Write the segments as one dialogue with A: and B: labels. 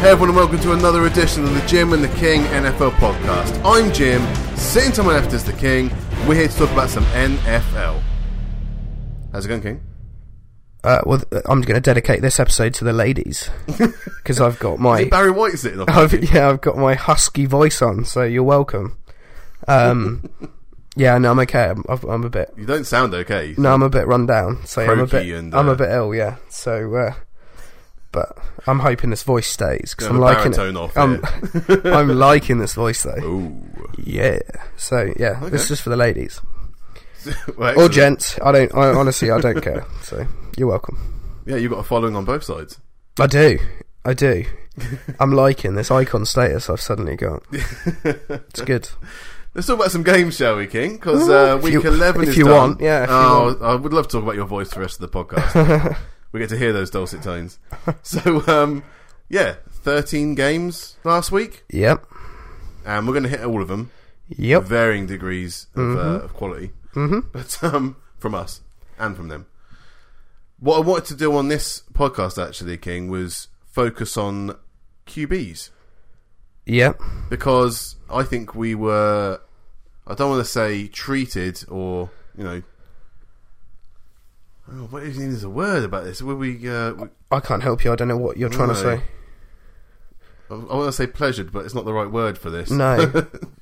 A: Hey everyone, and welcome to another edition of the Jim and the King NFL podcast. I'm Jim, sitting to my left is the King. We're here to talk about some NFL. How's it going, King?
B: Uh, well, th- I'm going to dedicate this episode to the ladies because I've got my
A: Barry White sitting up.
B: I've, yeah, I've got my husky voice on, so you're welcome. Um, yeah, no, I'm okay. I'm, I've- I'm a bit
A: You don't sound okay.
B: no, I'm a bit run down, so I'm a
A: Croaky
B: bit
A: and,
B: I'm
A: uh,
B: a bit ill, yeah. So, uh, but I'm hoping this voice stays because
A: Gonna
B: I'm
A: have a
B: liking it.
A: baritone off
B: I'm, I'm liking this voice though.
A: Ooh.
B: Yeah. So yeah, this
A: Okay.
B: is just for the ladies
A: Well,
B: or
A: excellent.
B: gents. I don't. I honestly, I don't care. So you're welcome.
A: Yeah, you've got a following on both sides.
B: I do. I do. I'm liking this icon status I've suddenly got. It's good.
A: Let's talk about some games, shall we, King? Because uh,
B: If
A: week
B: you-
A: 11
B: if
A: is
B: you
A: done.
B: want, yeah, if you
A: oh,
B: want.
A: I would love to talk about your voice for the rest of the podcast. we get to hear those dulcet tones. So, um, yeah, 13 games last week,
B: Yep.
A: and we're going to hit all of them.
B: Yep.
A: varying degrees of, uh, of quality, mm-hmm. but um, from us and from them. What I wanted to do on this podcast, actually, King, was focus on QBs
B: Yep.
A: because I think we were, I don't want to say treated or you know, oh, what even is a word about this? Were we? Uh, we
B: I can't help you. I don't know what you're trying to
A: No.
B: say.
A: I want to say pleasured, but it's not the right word for this.
B: No.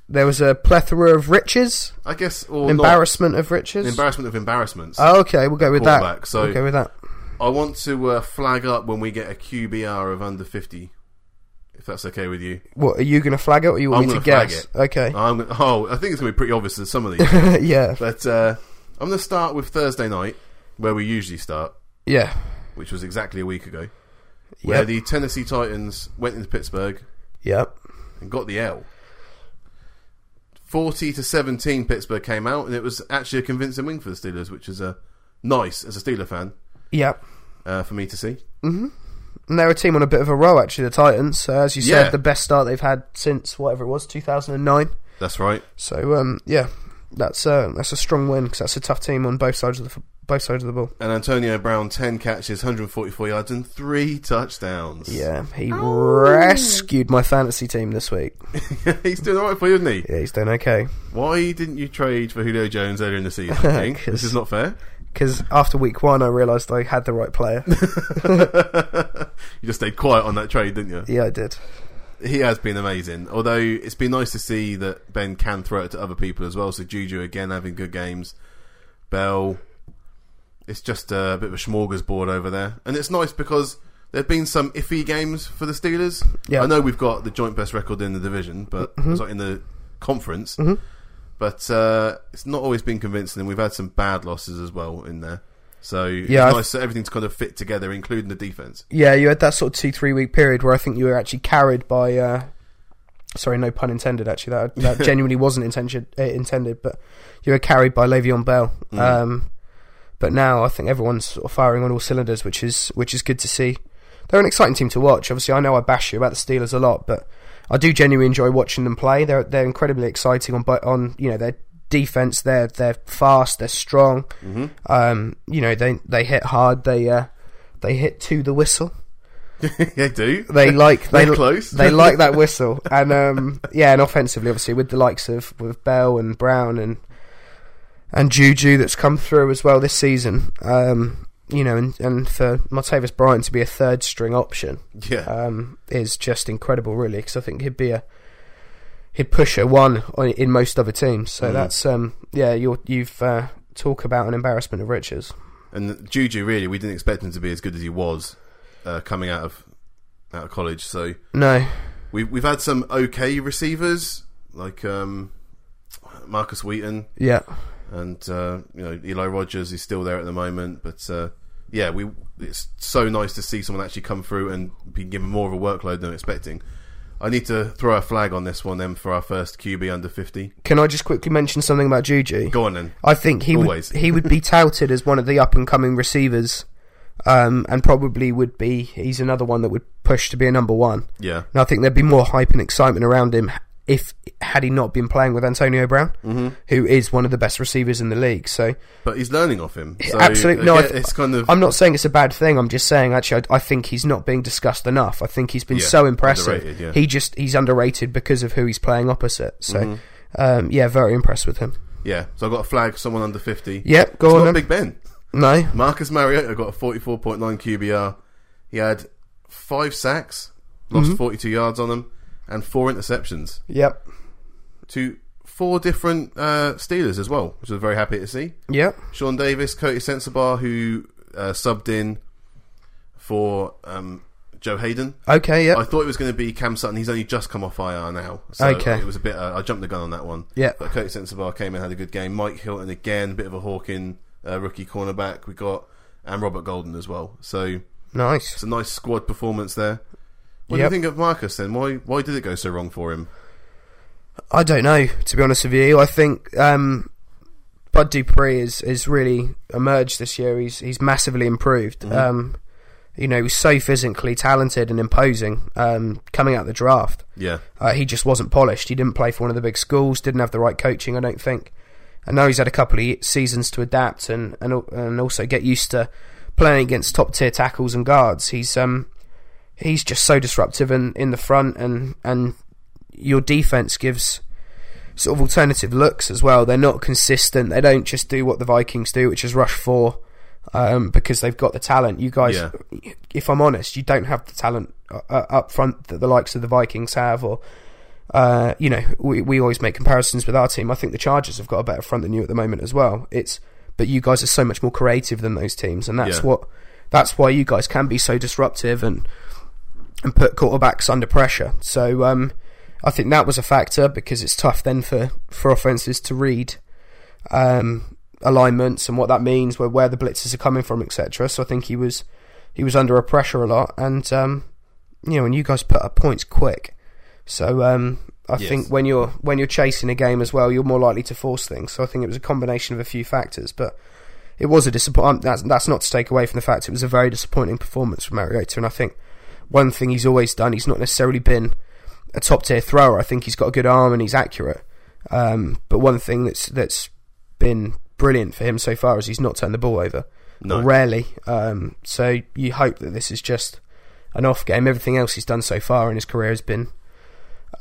B: there was a plethora of riches,
A: I guess or embarrassment,
B: embarrassment of riches.
A: embarrassment of embarrassments.
B: oh, okay, we'll go with that.
A: Quarterback, so-
B: we'll go with that.
A: I want to uh, flag up when we get a QBR of under 50, if that's okay with you.
B: What are you going to flag it, or you want
A: I'm
B: me to
A: gonna flag
B: guess?
A: it.
B: Okay.
A: I'm, gonna- oh, I think it's going to be pretty obvious to some of these.
B: yeah.
A: but uh, I'm going to start with Thursday night, where we usually start,
B: Yeah.
A: which was exactly a week ago, where
B: Yep.
A: the Tennessee Titans went into Pittsburgh
B: Yep.
A: and got the L. 40 to 17, Pittsburgh came out, and it was actually a convincing win for the Steelers, which is uh, nice as a Steeler fan
B: Yep.
A: uh, for me to see.
B: And they're a team on a bit of a roll, actually, the Titans. So, as you
A: Yeah.
B: said, the best start they've had since whatever it was, 2009.
A: That's right.
B: So um, yeah, that's uh, that's a strong win because that's a tough team on both sides of the f- both sides of the ball.
A: And Antonio Brown, 10 catches, 144 yards, and three touchdowns.
B: Yeah, he rescued my fantasy team this week.
A: he's doing all right for you, isn't he?
B: Yeah, he's doing okay
A: Why didn't you trade for Julio Jones earlier in the season? Hank? this is not fair.
B: because after week one, I realised I had the right player.
A: You just stayed quiet on that trade, didn't you?
B: yeah, I did.
A: He has been amazing. Although it's been nice to see that Ben can throw it to other people as well. So Juju again having good games. Bell. It's just a bit of a smorgasbord over there. And it's nice because there have been some iffy games for the Steelers.
B: Yeah. Mm-hmm.
A: I know we've got the joint best record in the division, but sorry, in the conference. But uh, it's not always been convincing, and we've had some bad losses as well in there. So
B: Yeah,
A: it's
B: I-
A: nice that everything's kind of fit together, including the defense.
B: Yeah, you had that sort of two three week period where I think you were actually carried by. Uh, sorry, no pun intended. Actually, that that genuinely wasn't intended. Uh, intended, but you were carried by Le'Veon Bell. Um, but now I think everyone's sort of firing on all cylinders, which is which is good to see. They're an exciting team to watch. Obviously, I know I bash you about the Steelers a lot, but I do genuinely enjoy watching them play. They're they're incredibly exciting on bo- on you know their defense. They're they're fast. They're strong. Um, you know they they hit hard. They uh, they hit to the whistle
A: they do.
B: they like they
A: They're close.
B: they like that whistle and um yeah and offensively obviously with the likes of with Bell and Brown and and Juju that's come through as well this season um you know and, and for Martavis Bryant to be a third string option
A: Yeah.
B: um is just incredible really because I think he'd be a he'd push a one on, in most other teams
A: Mm.
B: so that's um yeah you're, you've uh, talk about an embarrassment of riches
A: And Juju, really, we didn't expect him to be as good as he was uh, coming out of out of college. So
B: no
A: we we've had some okay receivers like um, Marcus Wheaton
B: yeah
A: and uh, you know Eli Rogers is still there at the moment. But uh, yeah, we it's so nice to see someone actually come through and be given more of a workload than expecting. I need to throw a flag on this one then for our first QB under fifty.
B: can I just quickly mention something about Juju
A: Go on then.
B: I think he would,
A: Always.
B: he would be touted as one of the up and coming receivers, um, and probably would be. He's another one that would push to be a number one.
A: Yeah.
B: And I think there'd be more hype and excitement around him if had he not been playing with Antonio Brown,
A: Mm-hmm.
B: who is one of the best receivers in the league. So
A: But he's learning off him. So
B: Absolutely. No,
A: yeah,
B: I th-
A: it's kind of
B: I'm not saying it's a bad thing. I'm just saying actually, I, I think he's not being discussed enough. I think he's been
A: Yeah,
B: so impressive.
A: underrated, yeah.
B: He just he's underrated because of who he's playing opposite. So
A: Mm-hmm.
B: um, yeah, very impressed with him.
A: yeah. So I got a flag. Someone under fifty.
B: Yep, go
A: It's
B: on.
A: not
B: Then.
A: Big Ben.
B: no,
A: Marcus Mariota got a forty-four point nine QBR. He had five sacks, lost
B: Mm-hmm.
A: forty-two yards on them, and four interceptions
B: yep,
A: to four different uh, Steelers as well, which I was very happy to see.
B: yep,
A: Sean Davis, Cody Sensabaugh, who uh, subbed in for um, Joe Hayden.
B: okay,
A: I
B: yep,
A: thought it was going to be Cam Sutton. He's only just come off IR now, so
B: Okay.
A: it was a bit. Uh, I jumped the gun on that one.
B: Yeah.
A: but Cody Sensabaugh came in, had a good game. Mike Hilton again, bit of a hawking uh, rookie cornerback. We got and Robert Golden as well. So
B: nice.
A: it's a nice squad performance there. What
B: Yep.
A: do you think of Marcus then? Why why did it go so wrong for him?
B: I don't know, to be honest with you. I think um, Bud Dupree is is really emerged this year. He's he's massively improved.
A: Mm-hmm.
B: Um, you know, he was so physically talented and imposing um, coming out the draft.
A: Yeah,
B: Uh, he just wasn't polished. He didn't play for one of the big schools. Didn't have the right coaching, I don't think. And now he's had a couple of ye- seasons to adapt and and al- and also get used to playing against top tier tackles and guards. He's um he's just so disruptive in, in the front and and your defense gives sort of alternative looks as well. They're not consistent. They don't just do what the Vikings do, which is rush four, um, because they've got the talent. You guys,
A: Yeah.
B: if I'm honest, you don't have the talent uh, uh, up front that the likes of the Vikings have, or uh, you know, we we always make comparisons with our team. I think the Chargers have got a better front than you at the moment as well. It's but you guys are so much more creative than those teams, and that's
A: Yeah.
B: what that's why you guys can be so disruptive and and put quarterbacks under pressure. So um, I think that was a factor because it's tough then for, for offenses to read um, alignments and what that means, where where the blitzes are coming from, etc. So I think he was he was under a pressure a lot, and um, you know, and you guys put up points quick. So um, I
A: Yes.
B: think when you're when you're chasing a game as well, you're more likely to force things. So I think it was a combination of a few factors, but it was a disappointment. That's, that's not to take away from the fact it was a very disappointing performance from Mariota. And I think one thing he's always done, he's not necessarily been a top tier thrower. I think he's got a good arm and he's accurate. Um, but one thing that's that's been brilliant for him so far is he's not turned the ball over.
A: No.
B: Or Rarely. Um, so you hope that this is just an off game. Everything else he's done so far in his career has been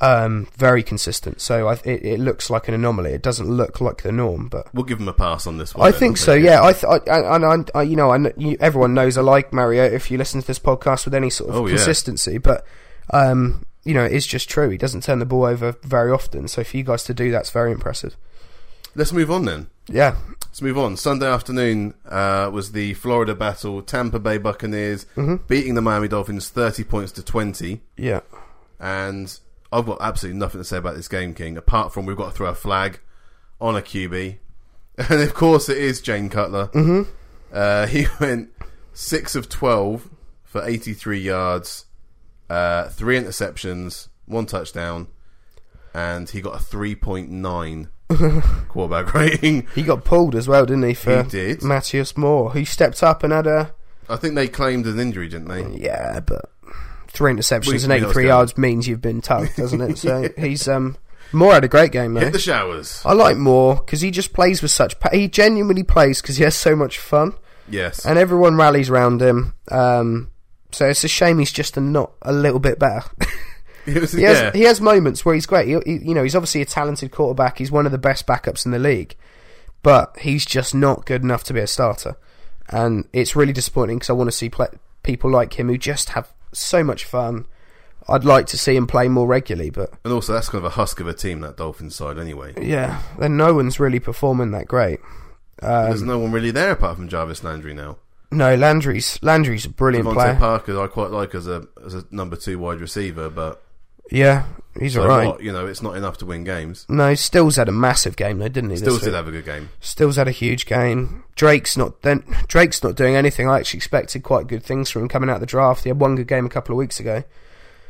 B: um, very consistent. So I, it, it looks like an anomaly. It doesn't look like the norm, but
A: we'll give him a pass on this one.
B: I
A: then.
B: think so. Yeah, I, th- I and I, I, you know, I, kn- you, everyone knows I like Mariota. If you listen to this podcast with any sort of
A: Oh, yeah.
B: consistency, but um, you know, it's just true. He doesn't turn the ball over very often. So for you guys to do that's very impressive.
A: Let's move on then.
B: Yeah,
A: Let's move on. Sunday afternoon uh, was the Florida battle. Tampa Bay Buccaneers
B: Mm-hmm.
A: beating the Miami Dolphins 30 points to 20.
B: yeah,
A: And I've got absolutely nothing to say about this game, King, apart from we've got to throw a flag on a QB. And of course, it is Jane Cutler. Mm-hmm. Uh, he went 6 of 12 for 83 yards, uh, three interceptions, one touchdown, and he got a 3.9 quarterback rating.
B: he got pulled as well, didn't he? For
A: He did.
B: Matthias Moore, who stepped up and had a
A: I think they claimed an injury, didn't they?
B: yeah, but three interceptions
A: We-
B: and
A: we lost
B: eighty-three
A: him.
B: yards means you've been tucked, doesn't it? So he's um, Moore had a great game though.
A: Hit the showers.
B: I like Moore because he just plays with such. Pa- he genuinely plays because he has so much fun.
A: Yes.
B: and everyone rallies round him. Um, so it's a shame he's just a not a little bit better.
A: It was-
B: he has
A: yeah.
B: he has moments where he's great. He, he- you know, he's obviously a talented quarterback. He's one of the best backups in the league, but he's just not good enough to be a starter. And it's really disappointing because I want to see pla people like him who just have so much fun. I'd like to see him play more regularly, but
A: and also, that's kind of a husk of a team, that Dolphins side, anyway.
B: yeah, then no one's really performing that great.
A: There's no one really there apart from Jarvis Landry now.
B: No, Landry's Landry's a brilliant
A: Devontae
B: player.
A: Parker, I quite like as a as a number two wide receiver, but
B: yeah, he's
A: so
B: alright.
A: what? You know, it's not enough to win games.
B: No, Stills had a massive game though, didn't he?
A: Still
B: this
A: did
B: week?
A: have a good game.
B: Stills had a huge game. Drake's not then Drake's not doing anything. I actually expected quite good things from him coming out of the draft. He had one good game a couple of weeks ago,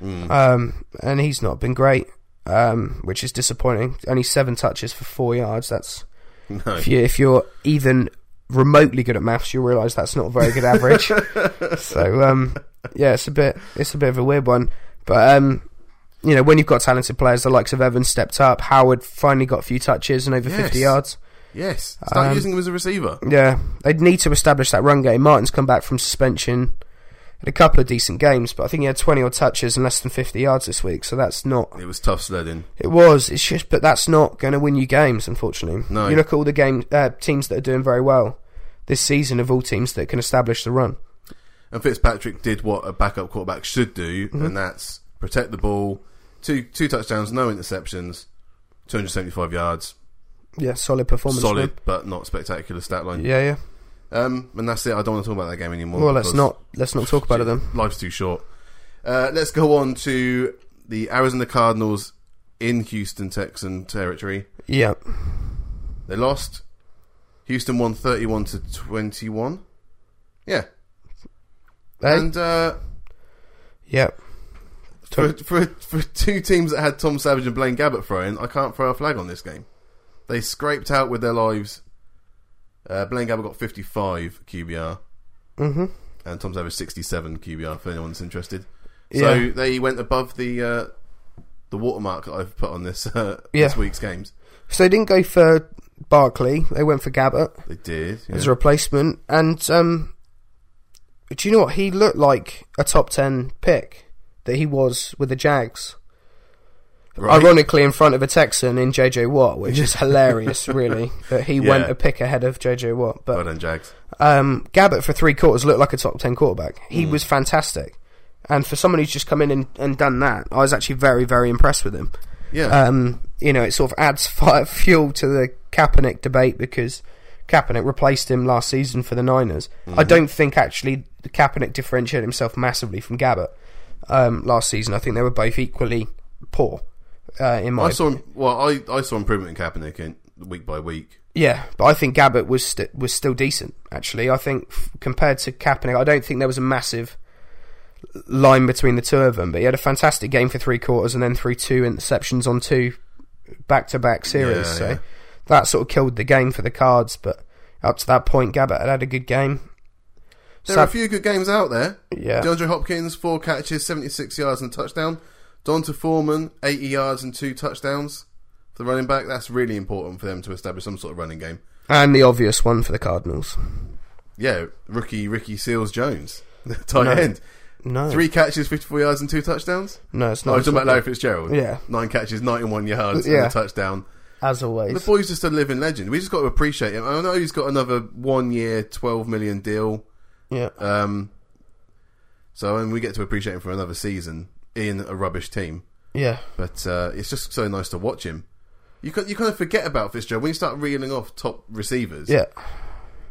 B: um, and he's not been great, um, which is disappointing. Only seven touches for four yards. That's
A: No,
B: if, you, if you're even remotely good at maths, you'll realise that's not a very good average. so um, yeah, it's a bit it's a bit of a weird one, but um, you know, when you've got talented players, the likes of Evans stepped up. Howard finally got a few touches and over
A: Yes.
B: 50 yards.
A: Yes, start
B: Um,
A: using him as a receiver.
B: Yeah, they'd need to establish that run game. Martin's come back from suspension. Had a couple of decent games, but I think he had 20 odd touches and less than 50 yards this week, so that's not.
A: It was tough sledding.
B: It was. It's just, but that's not going to win you games, unfortunately.
A: No.
B: You look at all the game uh, teams that are doing very well this season of all teams that can establish the run.
A: And Fitzpatrick did what a backup quarterback should do,
B: Mm-hmm.
A: and that's protect the ball. Two two touchdowns, no interceptions, 275 yards.
B: Yeah, solid performance.
A: Solid,
B: man.
A: but not spectacular stat line.
B: Yeah, yeah.
A: Um, and that's it. I don't want to talk about that game anymore.
B: Well, let's
A: because
B: not let's not talk about it then.
A: Life's too short. Uh, let's go on to the Arizona Cardinals in Houston Texan territory.
B: Yeah,
A: They lost. Houston won 31 to 21. Yeah.
B: Hey.
A: And uh,
B: yeah.
A: for, for for two teams that had Tom Savage and Blaine Gabbert throwing, I can't throw a flag on this game. They scraped out with their lives. Uh, Blaine Gabbert got 55 QBR
B: hmm
A: and Tom Savage 67 QBR. If anyone's interested, so
B: Yeah.
A: they went above the uh, the watermark that I've put on this uh, this
B: Yeah.
A: week's games.
B: So they didn't go for Barkley. They went for Gabbert
A: They did. yeah.
B: as a replacement. And um, do you know what? He looked like a top ten pick that he was with the Jags.
A: Right.
B: Ironically, in front of a Texan in JJ Watt, which is hilarious, really, that he went
A: Yeah.
B: a pick ahead of JJ Watt.
A: Well
B: But
A: done, Jags.
B: um, Gabbert for three quarters looked like a top ten quarterback.
A: Mm.
B: He was fantastic. And for someone who's just come in and, and done that, I was actually very, very impressed with him.
A: Yeah,
B: um, you know, it sort of adds fire, fuel to the Kaepernick debate because Kaepernick replaced him last season for the Niners.
A: Mm-hmm.
B: I don't think actually the Kaepernick differentiated himself massively from Gabbert um, last season. I think they were both equally poor. Uh, in my
A: I saw. Him, well, I, I saw improvement in Kaepernick in, week by week.
B: yeah, but I think Gabbert was st- was still decent actually. I think f- compared to Kaepernick, I don't think there was a massive line between the two of them. But he had a fantastic game for three quarters and then threw two interceptions on two back to back series.
A: Yeah,
B: so
A: yeah.
B: that sort of killed the game for the Cards. But up to that point, Gabbert had had a good game.
A: There
B: So-
A: are a few good games out there.
B: Yeah,
A: DeAndre Hopkins, four catches, 76 yards and a touchdown. Donta Foreman, 80 yards and two touchdowns for the running back. That's really important for them to establish some sort of running game.
B: and the obvious one for the Cardinals.
A: Yeah, rookie Ricky Seals Jones, tight
B: No.
A: end.
B: No,
A: Three catches, 54 yards and two touchdowns.
B: no, it's
A: No, I
B: not.
A: was Oh, talking about Larry Fitzgerald.
B: Yeah.
A: Nine catches, 91 yards and
B: Yeah.
A: a touchdown.
B: as
A: The
B: always.
A: boy's just a living legend. We just got to appreciate him. I know he's got another one year, 12 million deal.
B: Yeah,
A: Um, so, and we get to appreciate him for another season in a rubbish team.
B: yeah.
A: But uh, it's just so nice to watch him. You can, you kind of forget about Fitzgerald when you start reeling off top receivers.
B: Yeah,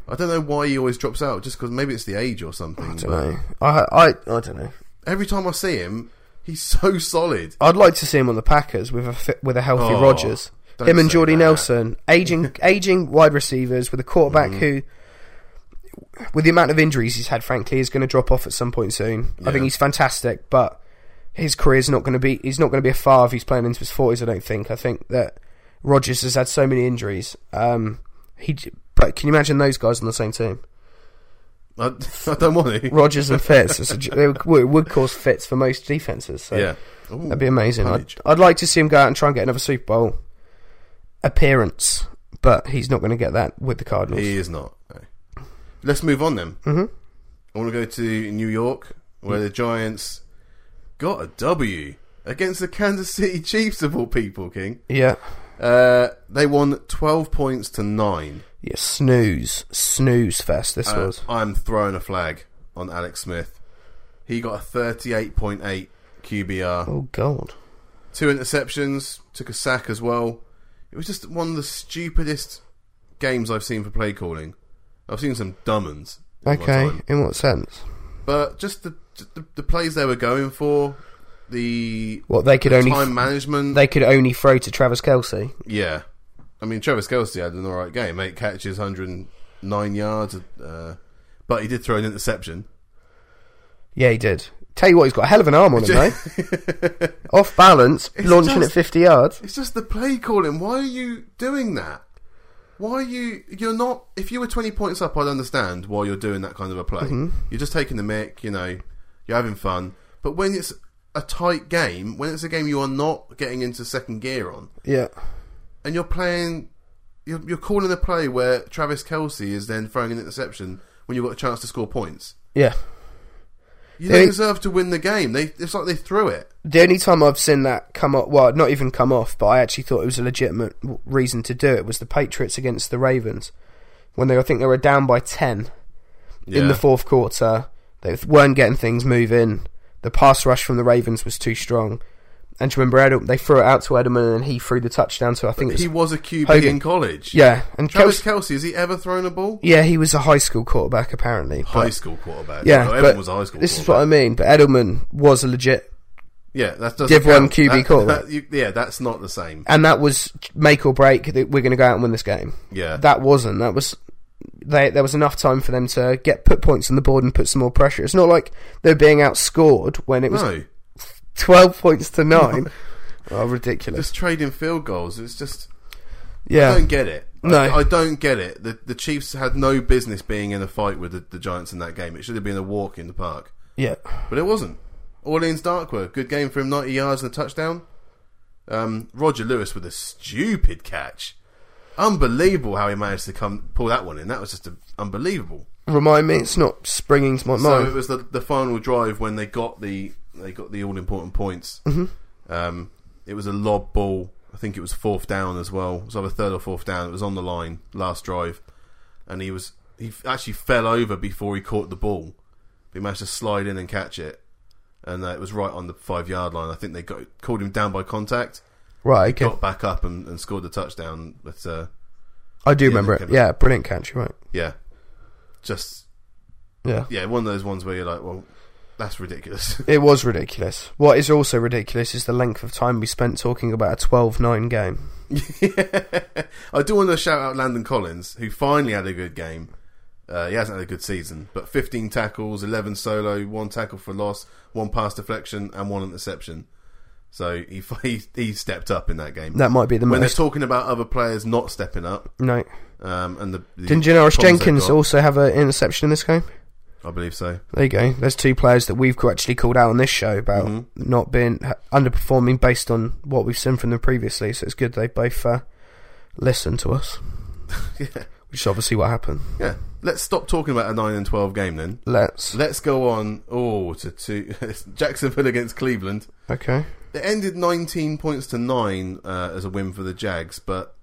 A: I don't know why he always drops out, just because maybe it's the age or something.
B: I don't
A: but
B: know. I, I, I don't know.
A: Every time I see him, he's so solid.
B: I'd like to see him on the Packers with a fit, with a healthy
A: Oh,
B: Rodgers.
A: don't
B: Him and
A: say
B: Jordy
A: that.
B: Nelson, aging aging wide receivers with a quarterback
A: Mm-hmm.
B: who, with the amount of injuries he's had, frankly, is going to drop off at some point soon. I
A: Yeah.
B: think he's fantastic, but his career's not going to be he's not going to be a far if he's playing into his forties. I don't think. I think that Rodgers has had so many injuries. Um, he, j- but can you imagine those guys on the same team?
A: I, I don't want to.
B: Rodgers and Fitz, it's a j- it would- it would cause fits for most defenses. So.
A: Yeah, Ooh,
B: That'd be amazing. I'd,
A: Punch.
B: I'd like to see him go out and try and get another Super Bowl appearance, but he's not going to get that with the Cardinals.
A: he is not. No. Let's move on then.
B: Mhm.
A: I want to go to New York, where the Giants got a W against the Kansas City Chiefs of all people. King,
B: yeah.
A: uh, they won twelve points to nine.
B: Yeah, snooze. Snooze fest, this
A: Uh,
B: was.
A: I'm throwing a flag on Alex Smith. He got a 38.8 QBR,
B: Oh, God.
A: two interceptions, took a sack as well. It was just one of the stupidest games I've seen for play calling. I've seen some dumb ones. in my
B: Okay,
A: time.
B: in what sense?
A: but just the, just the the plays they were going for, the
B: What, they could only
A: time management.
B: they could only throw to Travis Kelsey?
A: yeah, I mean Travis Kelsey had an all right game, eight catches, 109 yards, uh, but he did throw an interception.
B: Yeah, he did. Tell you what, he's got a hell of an arm on him, though. Off balance, launching
A: just-
B: at 50 yards.
A: It's just the play calling. Why are you doing that? Why are you? You're not. If you were twenty points up, I'd understand
B: Mm-hmm.
A: why you're doing that kind of a play. You're just taking the mick. You know, you're having fun. But when it's a tight game, when it's a game you are not getting into second gear on,
B: Yeah.
A: and you're playing, you're, you're calling a play where Travis Kelsey is then throwing an interception when you've got a chance to score points.
B: Yeah.
A: You don't
B: They-
A: deserve to win the game. They it's like they threw it.
B: The only time I've seen that come up, well, not even come off, but I actually thought it was a legitimate w- reason to do it was the Patriots against the Ravens when they, I think, they were down by ten in the fourth quarter. They weren't getting things moving. The pass rush from the Ravens was too strong. And do you remember Edel- they threw it out to Edelman and he threw the touchdown to I think it was,
A: he was a QB
B: Hogan.
A: in college.
B: yeah. And
A: Travis
B: Kelsey,
A: Kelsey, has he ever thrown a ball?
B: yeah, he was a high school quarterback apparently. but-
A: High school quarterback.
B: yeah,
A: Well,
B: but
A: everyone was a high school.
B: this is what
A: quarterback.
B: I mean. But Edelman was a legit,
A: yeah, that doesn't
B: Div one
A: count.
B: QB
A: That-
B: quarterback.
A: that- you- yeah, that's not the same.
B: and that was make or break. That we're going to go out and win this game.
A: Yeah,
B: that wasn't. That was they. There was enough time for them to get put points on the board and put some more pressure. It's not like they're being outscored when it was
A: no,
B: twelve points to nine. oh, ridiculous!
A: just trading field goals. It's just I
B: yeah,
A: don't get it. I-
B: No.
A: I, don't get it. The the Chiefs had no business being in a fight with the, the Giants in that game. It should have been a walk in the park,
B: yeah,
A: but it wasn't. Orleans Darkwood, good game for him, ninety yards and a touchdown. Um, Roger Lewis with a stupid catch. Unbelievable how he managed to come pull that one in. That was just a, unbelievable.
B: remind me. It's not springing to my
A: So
B: mind.
A: it was the, the final drive when they got the they got the all important points. Um, it was a lob ball. I think it was fourth down as well. It was either third or fourth down. It was on the line last drive, and he was he f- actually fell over before he caught the ball. He managed to slide in and catch it, and uh, it was right on the five yard line. I think they got called him down by contact,
B: right, okay.
A: got back up and, and scored the touchdown. But uh,
B: I do
A: yeah,
B: remember
A: they
B: it.
A: could-
B: Yeah, brilliant catch. You're right.
A: yeah, just
B: Yeah.
A: yeah, one of those ones where you're like, well, that's ridiculous.
B: It was ridiculous. What is also ridiculous is the length of time we spent talking about a 12-9 game.
A: I do want to shout out Landon Collins, who finally had a good game. Uh, he hasn't had a good season, but 15 tackles, 11 solo, one tackle for loss, one pass deflection, and one interception. So he he, he stepped up in that game.
B: That might be the
A: when they're
B: most.
A: talking about other players not stepping up,
B: No,
A: um, and the, the
B: didn't Janoris
A: problems they've
B: Jenkins
A: got,
B: also have an interception in this game?
A: I believe so.
B: There you go. There's two players that we've actually called out on this show about
A: Mhm.
B: not being underperforming based on what we've seen from them previously. So it's good they both uh, listened to us,
A: yeah,
B: which is obviously what happened.
A: yeah. Let's stop talking about a nine and 12 game then.
B: Let's
A: Let's go on. Oh, to two. Jacksonville against Cleveland.
B: okay.
A: It ended 19 points to 9 uh, as a win for the Jags, but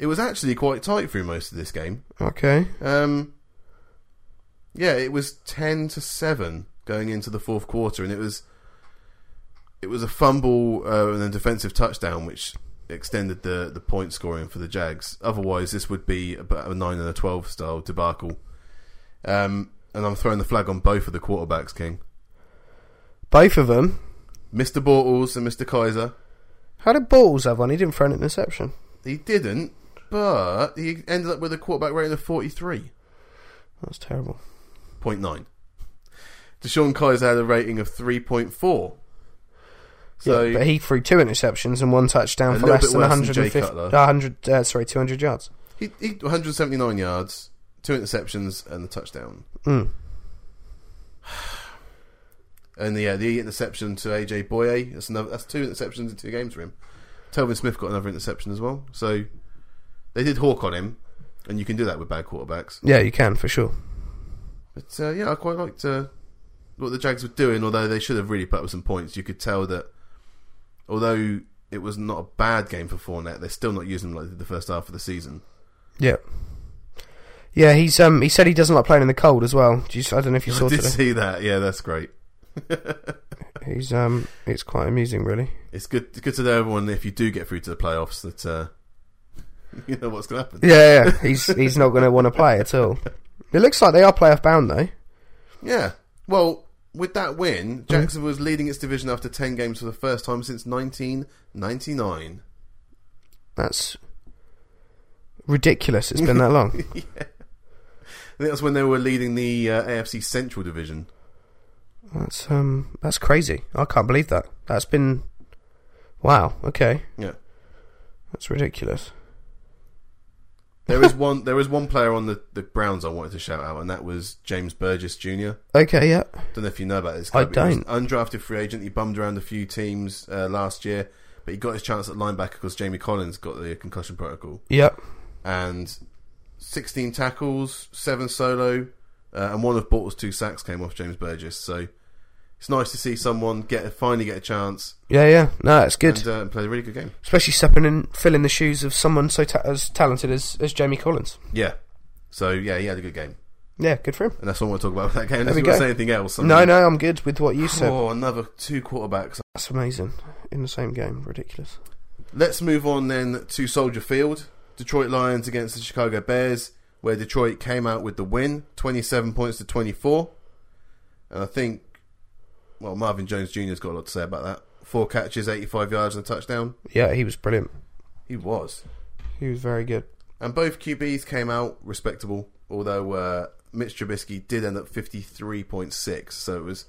A: it was actually quite tight through most of this game.
B: Okay.
A: Um, yeah, it was 10 to 7 going into the fourth quarter, and it was it was a fumble uh, and a defensive touchdown which extended the, the point scoring for the Jags. Otherwise, this would be about a 9 and a 12 style debacle. Um, and I'm throwing the flag on both of the quarterbacks, King.
B: Both of them
A: Mr. Bortles and Mr. Kaiser.
B: how did balls have one. He didn't throw an interception.
A: He didn't, but he ended up with a quarterback rating of 43.9.
B: That's terrible.
A: Deshaun Kaiser had a rating of 3.4. So,
B: yeah, but he threw two interceptions and one touchdown
A: A
B: for
A: little
B: less
A: bit
B: than
A: worse than
B: 150,
A: Jay Cutler.
B: 100, uh, sorry, 200 yards.
A: he, he 179 yards, two interceptions, and a touchdown.
B: Mm.
A: And yeah, the interception to AJ Boye, that's, another, that's two interceptions in two games for him. Telvin Smith got another interception as well. So, they did hawk on him, and you can do that with bad quarterbacks.
B: Yeah, you can for sure.
A: But uh, yeah, I quite liked uh, what the Jags were doing, although they should have really put up some points. You could tell that although it was not a bad game for Fournette, they're still not using him like they did the first half of the season.
B: Yeah. Yeah, he's um he said he doesn't like playing in the cold as well. Do you, s- I don't know if you saw
A: I did
B: today.
A: see that. Yeah, that's great.
B: He's um it's quite amusing really.
A: It's good. It's good to know everyone if you do get through to the playoffs that uh, you know what's going to happen.
B: Yeah, yeah. he's he's not going to want to play at all. It looks like they are playoff bound though.
A: Yeah. Mm-hmm. Well, with that win, Jacksonville was leading its division after ten games for the first time since 1999.
B: That's ridiculous. It's been that long.
A: I think that's when they were leading the uh, AFC Central division.
B: That's um that's crazy. I can't believe that. That's been wow. Okay,
A: Yeah.
B: that's ridiculous.
A: There is one. There is one player on the, the Browns I wanted to shout out, and that was James Burgess Jr.
B: Okay, yeah.
A: Don't know if you know about this. guy,
B: I
A: but he was
B: don't.
A: an Undrafted free agent. He bummed around a few teams uh, last year, but he got his chance at linebacker because Jamie Collins got the concussion protocol.
B: Yep.
A: And 16 tackles, seven solo, uh, and one of Bortles' two sacks came off James Burgess. So it's nice to see someone get finally get a chance
B: Yeah, yeah. No, that's good.
A: and, uh, and play a really good game.
B: Especially stepping and filling the shoes of someone so ta- as talented as, as Jamie Collins.
A: Yeah. So yeah, he had a good game,
B: Yeah, good for him.
A: and that's all I want to talk about with that game. Unless
B: we
A: you want to
B: go.
A: say anything else. I
B: No,
A: mean,
B: no, I'm good with what you said.
A: Oh, another two quarterbacks.
B: That's amazing. In the same game, ridiculous.
A: Let's move on then to Soldier Field. Detroit Lions against the Chicago Bears, where Detroit came out with the win, 27 points to 24. And I think, well, Marvin Jones Jr.'s got a lot to say about that. Four catches, 85 yards, and a touchdown.
B: Yeah, he was brilliant.
A: He was.
B: He was very good.
A: And both QBs came out respectable, although uh, Mitch Trubisky did end up 53.6, so it was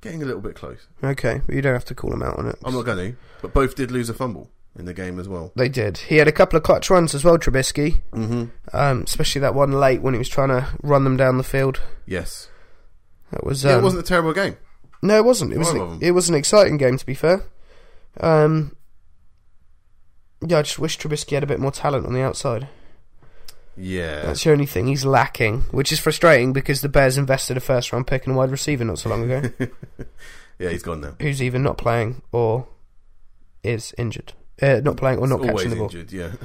A: getting a little bit close.
B: Okay, but you don't have to call him out on it.
A: I'm not going to, but both did lose a fumble in the game as well.
B: They did. He had a couple of clutch runs as well, Trubisky.
A: Mm-hmm.
B: Um, especially that one late when he was trying to run them down the field.
A: Yes.
B: That was.
A: Yeah,
B: Um,
A: it wasn't a terrible game.
B: No, it wasn't. It was.
A: One of
B: An,
A: them.
B: it was an exciting game, to be fair. Um, yeah, I just wish Trubisky had a bit more talent on the outside.
A: Yeah.
B: That's the only thing he's lacking, which is frustrating because the Bears invested a first round pick and a wide receiver not so long ago,
A: Yeah, he's gone now.
B: who's even not playing or is injured. Uh, not playing or not
A: Always
B: catching the ball.
A: injured, yeah.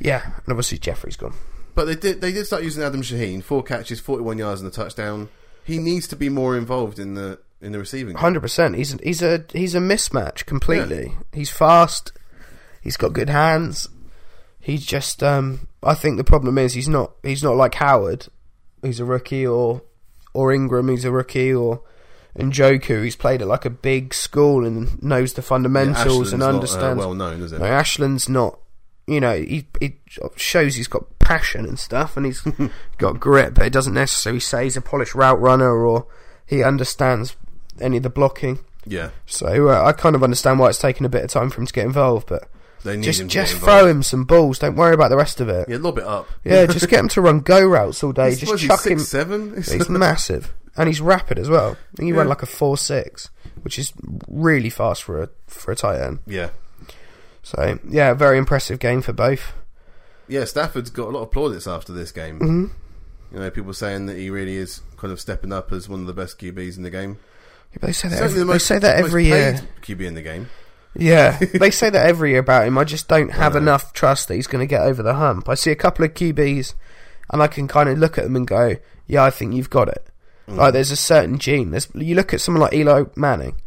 B: Yeah, and obviously Jeffrey's gone.
A: But they did they did start using Adam Shaheen, four catches, forty one yards and a touchdown. He needs to be more involved in the in the receiving. game.
B: Hundred percent. He's he's a he's a mismatch completely. He's fast. He's got good hands. He's just. Um, I think the problem is he's not he's not like Howard, who's a rookie, or or Ingram, who's a rookie, or Njoku, who's played at like a big school and knows the fundamentals
A: Ashland's
B: and
A: not, uh,
B: understands.
A: well known, is it?
B: No, Ashland's not. You know, he it shows he's got passion and stuff, and he's got grit, but it doesn't necessarily say he's a polished route runner or he understands any of the blocking.
A: Yeah.
B: So uh, I kind of understand why it's taken a bit of time for him to get involved, but
A: They need
B: just
A: him to
B: just
A: get
B: throw
A: involved.
B: him some balls. Don't worry about the rest of it.
A: Yeah, lob it up.
B: Yeah, just get him to run go routes all day.
A: He's,
B: just
A: what is he,
B: chuck
A: six,
B: him.
A: seven?
B: He's massive and he's rapid as well. I think he ran
A: Yeah.
B: like a four six, which is really fast for a for a tight end.
A: yeah.
B: So yeah, very impressive game for both.
A: Yeah, Stafford's got a lot of plaudits after this game.
B: Mm-hmm.
A: You know, people saying that he really is kind of stepping up as one of the best QBs in the game.
B: Yeah, but They say that
A: Certainly
B: every,
A: the most-
B: they say that
A: most
B: every year.
A: played QB in the game.
B: Yeah, they say that every year about him. I just don't have enough trust that he's going to get over the hump. I see a couple of QBs, and I can kind of look at them and go, "Yeah, I think you've got it." Like there's a certain gene. There's, you look at someone like Eli Manning,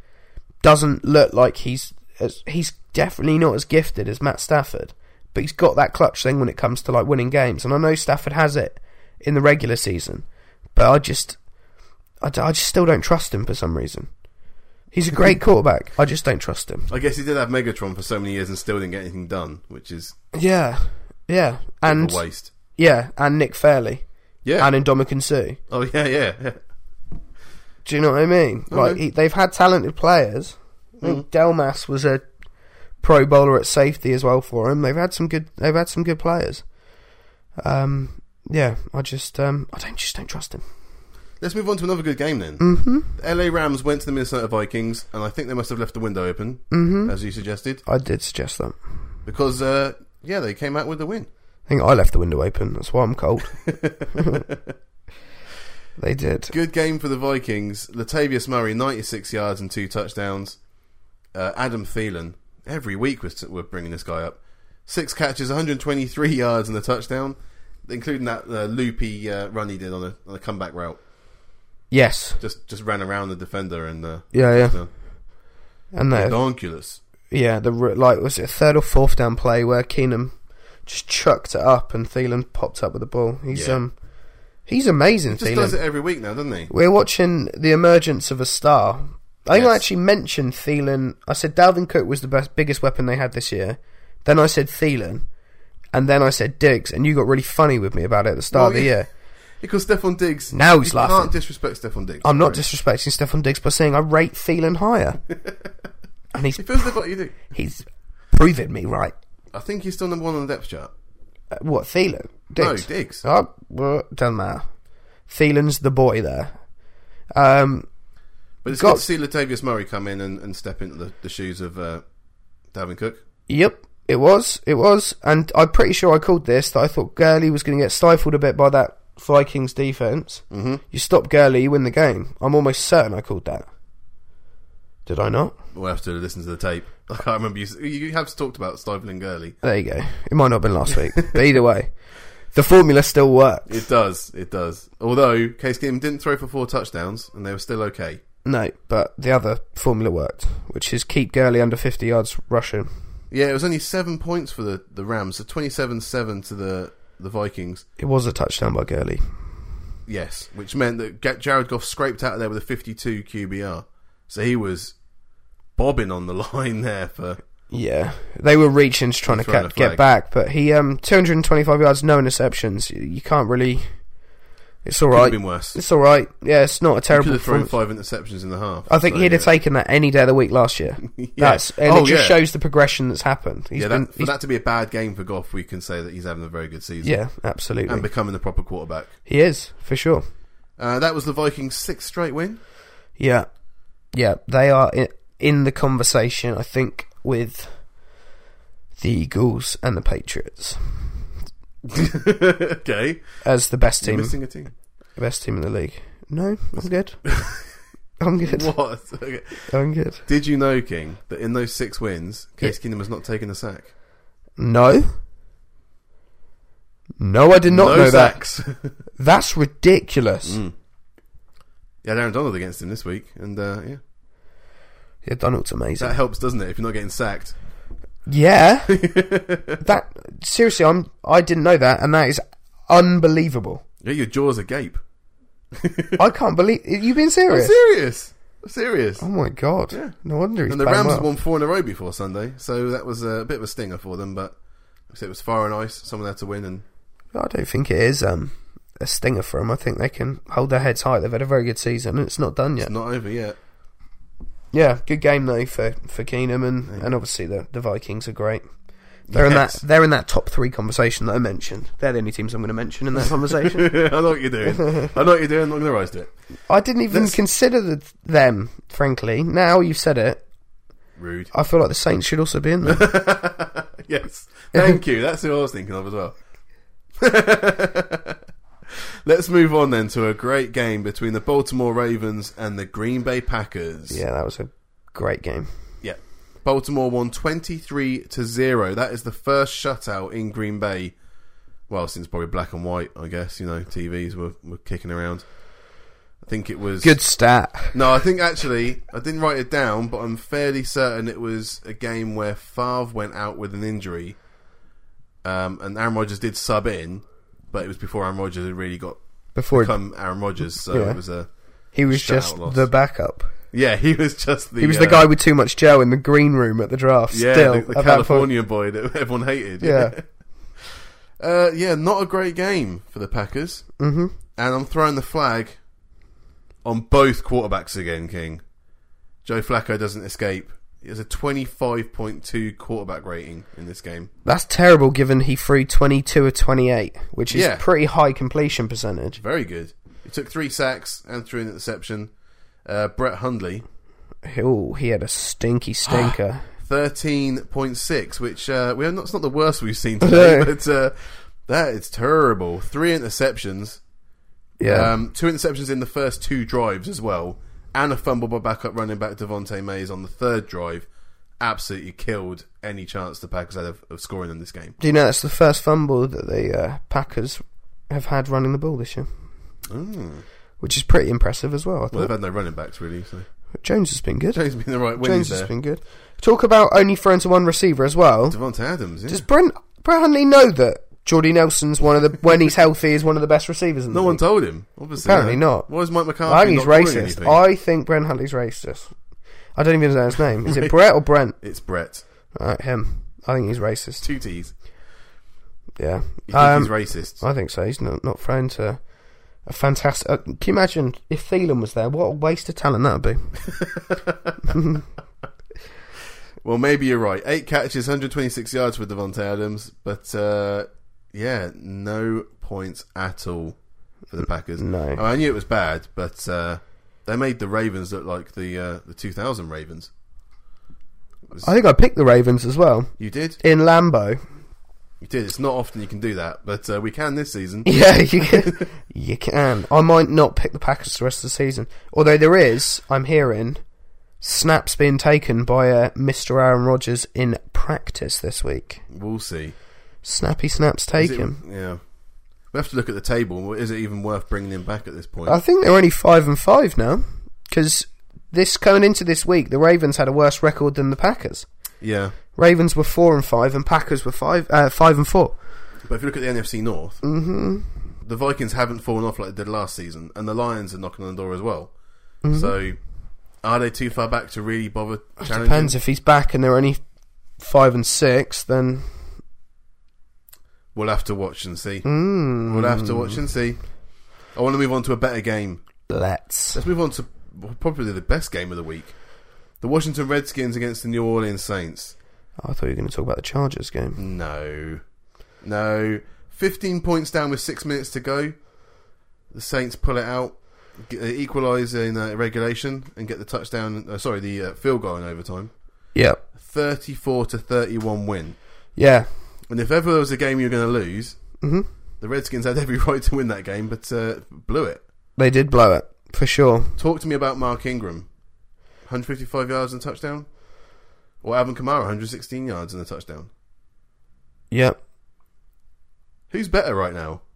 B: doesn't look like he's as, he's definitely not as gifted as Matt Stafford, but he's got that clutch thing when it comes to like winning games. And I know Stafford has it in the regular season, but I just I, d- I just still don't trust him for some reason. He's a great quarterback. I just don't trust him.
A: I guess he did have Megatron for so many years and still didn't get anything done, which is
B: Yeah, yeah, and
A: a waste.
B: yeah, and Nick Fairley
A: Yeah.
B: and Indomitian Sue.
A: oh yeah, yeah, yeah.
B: Do you know what I mean? Like he, they've had talented players. I think Delmas was a Pro Bowler at safety as well for him. They've had some good. They've had some good players. Um, yeah, I just um, I don't just don't trust him.
A: Let's move on to another good game then. Mm-hmm. The LA Rams went to the Minnesota Vikings, and I think they must have left the window open, mm-hmm. as you suggested,
B: I did suggest that.
A: because uh, yeah, they came out with the win.
B: I think I left the window open. That's why I'm cold. they did.
A: Good game for the Vikings. Latavius Murray, ninety-six yards and two touchdowns. Uh, Adam Thielen, every week we're, we're bringing this guy up. Six catches, one hundred twenty-three yards and a touchdown, including that uh, loopy uh, run he did on a, on a comeback route.
B: Yes.
A: Just just ran around the defender and uh,
B: Yeah, yeah.
A: touchdown.
B: And they
A: Donkulous.
B: Yeah, the r- like was it a third or fourth down play where Keenum just chucked it up and Thielen popped up with the ball. He's
A: Yeah.
B: um he's amazing,
A: Just does
B: Thielen.
A: it every week now, doesn't he?
B: We're watching the emergence of a star. I think I
A: Yes.
B: actually mentioned Thielen. I said Dalvin Cook was the best biggest weapon they had this year. Then I said Thielen, and then I said Diggs, and you got really funny with me about it at the start
A: Well,
B: of the
A: yeah.
B: year.
A: Because Stefan Diggs.
B: Now he's
A: you
B: laughing.
A: can't disrespect Stefan Diggs.
B: I'm not
A: Sorry.
B: disrespecting Stefan Diggs by saying I rate Thielen higher, and he's
A: He feels like what you do.
B: he's proven me right.
A: I think he's still number one on the depth chart.
B: Uh, What Thielen?
A: No,
B: Diggs.
A: Diggs.
B: Oh, well, doesn't matter. Thielen's the boy there. Um,
A: But it's
B: got-
A: good to see Latavius Murray come in and, and step into the, the shoes of uh, Dalvin Cook.
B: yep, it was, it was, and I'm pretty sure I called this that I thought Gurley was going to get stifled a bit by that Vikings defense. Mm-hmm. You stop Gurley, you win the game. I'm almost certain I called that. Did I not?
A: We'll have to listen to the tape. I can't remember. You, you have talked about stifling Gurley.
B: There you go. It might not have been last week, but either way, the formula still works.
A: It does. It does. Although Case Keenum didn't throw for four touchdowns, and they were still okay.
B: No, but the other formula worked, which is keep Gurley under 50 yards rushing.
A: Yeah, it was only seven points for the, the Rams. So twenty-seven-seven to the the Vikings.
B: It was a touchdown by Gurley.
A: Yes, which meant that Ga- Jared Goff scraped out of there with a fifty-two QBR. So he was bobbing on the line there for
B: Yeah, they were reaching, just trying to
A: Throwing
B: ca-
A: a
B: get
A: flag.
B: back, but he um 225 yards, no interceptions. You- You can't really. It's all
A: could have
B: right.
A: been worse.
B: It's all right. Yeah, it's not a
A: Could
B: terrible.
A: have thrown
B: Performance.
A: five interceptions in the half.
B: I think
A: So,
B: he'd have
A: yeah.
B: taken that any day of the week last year.
A: Yeah.
B: That's and
A: Oh,
B: it just
A: yeah.
B: shows the progression that's happened. He's
A: Yeah,
B: been,
A: that, for
B: he's-
A: that to be a bad game for Goff, we can say that he's having a very good season
B: yeah,
A: and
B: absolutely.
A: becoming the proper quarterback.
B: he is for sure.
A: Uh, that was the Vikings' sixth straight win.
B: Yeah, yeah, they are in, in the conversation. I think with the Eagles and the Patriots
A: okay,
B: as the best
A: You're
B: team,
A: missing a team.
B: the best team in the league. No, I'm good. I'm good.
A: What? Okay.
B: I'm good.
A: Did you know, King, that in those six wins, Case Keenum has not taken a sack?
B: No. No, I did not
A: no Mm.
B: know that.
A: sacks.
B: That's ridiculous.
A: yeah, Aaron Donald against him this week, and uh, yeah,
B: Yeah, Donald's amazing.
A: that helps, doesn't it? If you're not getting sacked,
B: yeah. that seriously, I'm. I didn't know that, and that is unbelievable.
A: yeah, your jaws agape.
B: I can't believe you being
A: I'm
B: serious.
A: serious. I'm serious.
B: Oh my god!
A: Yeah.
B: No wonder he's
A: and the
B: playing
A: Rams
B: well.
A: won four in a row before Sunday, so that was a bit of a stinger for them. But like I said, it was fire and ice. Someone had to win, and
B: I don't think it is um, a stinger for them. I think they can hold their heads high. They've had a very good season, and it's not done yet.
A: it's not over yet.
B: Yeah, good game though for for Keenum, and, and obviously the the Vikings are great. They're
A: Yes.
B: in that they're in that top three conversation that I mentioned. They're the only teams I'm going to mention in that conversation.
A: I know what you're doing. I know what you're doing. I'm not going to rise to it.
B: I didn't even consider the, them, frankly. Now you've said it,
A: Rude.
B: I feel like the Saints should also be in there.
A: yes. Thank you. That's who I was thinking of as well. Let's move on then to a great game between the Baltimore Ravens and the Green Bay Packers.
B: yeah, that was a great game.
A: Yeah. Baltimore won 23 to 0. That is the first shutout in Green Bay. Well, since probably black and white, I guess, you know, TVs were, were kicking around. I think it was
B: Good stat.
A: No, I think actually I didn't write it down, but I'm fairly certain it was a game where Favre went out with an injury, um, and Aaron Rodgers did sub in, but it was before Aaron Rodgers had really got
B: Before
A: become Aaron Rodgers. So
B: Yeah.
A: it was a
B: he was
A: shutout
B: just
A: loss.
B: the backup.
A: yeah, he was just the
B: He was
A: uh,
B: the guy with too much gel in the green room at the draft.
A: yeah
B: still,
A: the,
B: at
A: the
B: that point.
A: California boy that everyone hated.
B: Yeah.
A: uh, yeah, not a great game for the Packers,
B: hmm
A: and I'm throwing the flag on both quarterbacks again, King. Joe Flacco doesn't escape. He has a 25.2 quarterback rating in this game.
B: That's terrible given he threw 22 or 28, which is
A: Yeah.
B: pretty high completion percentage.
A: Very good. He took three sacks and threw an interception. Uh, Brett Hundley,
B: Oh, he had a stinky
A: Um,
B: stinker.
A: 13.6, which uh, we're not, it's not the worst we've seen today,
B: No.
A: but uh, that is terrible. Three interceptions.
B: yeah.
A: Um, two interceptions in the first two drives as well, and a fumble by backup running back Devontae Mays on the third drive. Absolutely killed any chance the Packers had of, of scoring in this game.
B: Do you know that's the first fumble that the uh, Packers have had running the ball this year? Which is pretty impressive as well.
A: Mm.
B: I
A: Well,
B: thought.
A: they've had no running backs really, so
B: Jones has been good.
A: Jones has been the right wing
B: Jones
A: there.
B: has been good. Talk about only throwing to one receiver as well.
A: Devontae Adams, yeah.
B: Does Brent, Brent Hundley know that Jordy Nelson's one of the when he's healthy is one of the best receivers in the
A: no one
B: league?
A: told him. Obviously,
B: Apparently
A: no.
B: not.
A: Why is Mike McCarthy?
B: I think he's
A: not calling
B: racist.
A: anything?
B: I think Brent Huntley's racist. I don't even know his name. Is it Brett or Brent?
A: It's Brett.
B: Uh, him. I think he's racist.
A: Two T's.
B: Yeah.
A: You think
B: Um,
A: he's racist?
B: I think so. He's not not thrown to a fantastic. Uh, can you imagine if Thielen was there? What a waste of talent that would be.
A: Well, maybe you're right. Eight catches, 126 yards for Devontae Adams, but uh, yeah, no points at all for the Packers.
B: No.
A: I, mean, I knew it was bad, but uh, they made the Ravens look like the uh, the 2000 Ravens. It was-
B: I think I picked the Ravens as well
A: you did,
B: in Lambo.
A: you did. It's not often you can do that, but uh, we can this season.
B: Yeah, you can. you can. I might not pick the Packers the rest of the season. Although there is, I'm hearing, snaps being taken by uh, Mr. Aaron Rodgers in practice this week.
A: We'll see.
B: Snappy snaps
A: Is it-
B: taken.
A: Yeah, we have to look at the table. Is it even worth bringing him back at this point?
B: I think they're only five and five now because this coming into this week, the Ravens had a worse record than the Packers.
A: yeah,
B: Ravens were four and five, and Packers were five, uh, five and four.
A: but if you look at the NFC North,
B: hmm
A: the Vikings haven't fallen off like they did last season, and the Lions are knocking on the door as well.
B: Mm-hmm.
A: So, are they too far back to really bother challenging?
B: Depends if he's back and they're only five and six, then
A: We'll have to watch and see.
B: mm,
A: We'll have to watch and see. I want to move on to a better game.
B: let's.
A: Let's move on to probably the best game of the week: the Washington Redskins against the New Orleans Saints.
B: I thought you were going to talk about the Chargers game.
A: No, no. Fifteen points down with six minutes to go. The Saints pull it out, g- uh, equalise in uh, regulation, and get the touchdown. Uh, sorry, the uh, field goal in overtime.
B: Yeah,
A: Thirty-four to thirty-one win.
B: yeah.
A: And if ever there was a game you're going to lose,
B: hmm
A: the Redskins had every right to win that game, but uh, blew it.
B: They did blow it for sure.
A: Talk to me about Mark Ingram. 155 yards and touchdown? Or Alvin Kamara, 116 yards and a touchdown?
B: Yep.
A: Who's better right now?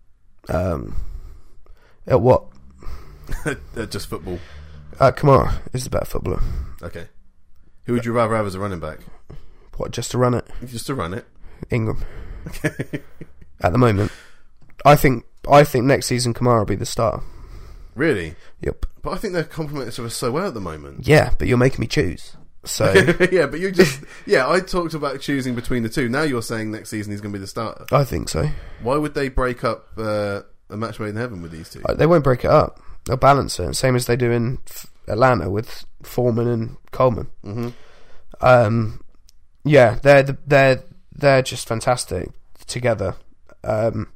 B: Um, at what?
A: Uh, Just football.
B: Uh, Kamara is the better footballer.
A: Okay. Who would you rather have as a running back?
B: What? Just to run it,
A: Just to run it.
B: Ingram.
A: Okay.
B: At the moment, I think I think next season Kamara will be the starter.
A: really?
B: Yep.
A: But I think they're complementing each other so well at the moment.
B: Yeah, but you're making me choose. So
A: yeah, but you just. Yeah, I talked about choosing between the two. Now you're saying next season he's going to be the starter.
B: I think so.
A: Why would they break up uh, a match made in heaven with these two?
B: Uh, They won't break it up. They'll balance it, same as they do in F- Atlanta with Foreman and Coleman.
A: hmm
B: Um, yeah, they're the, they're they're just fantastic together. Um,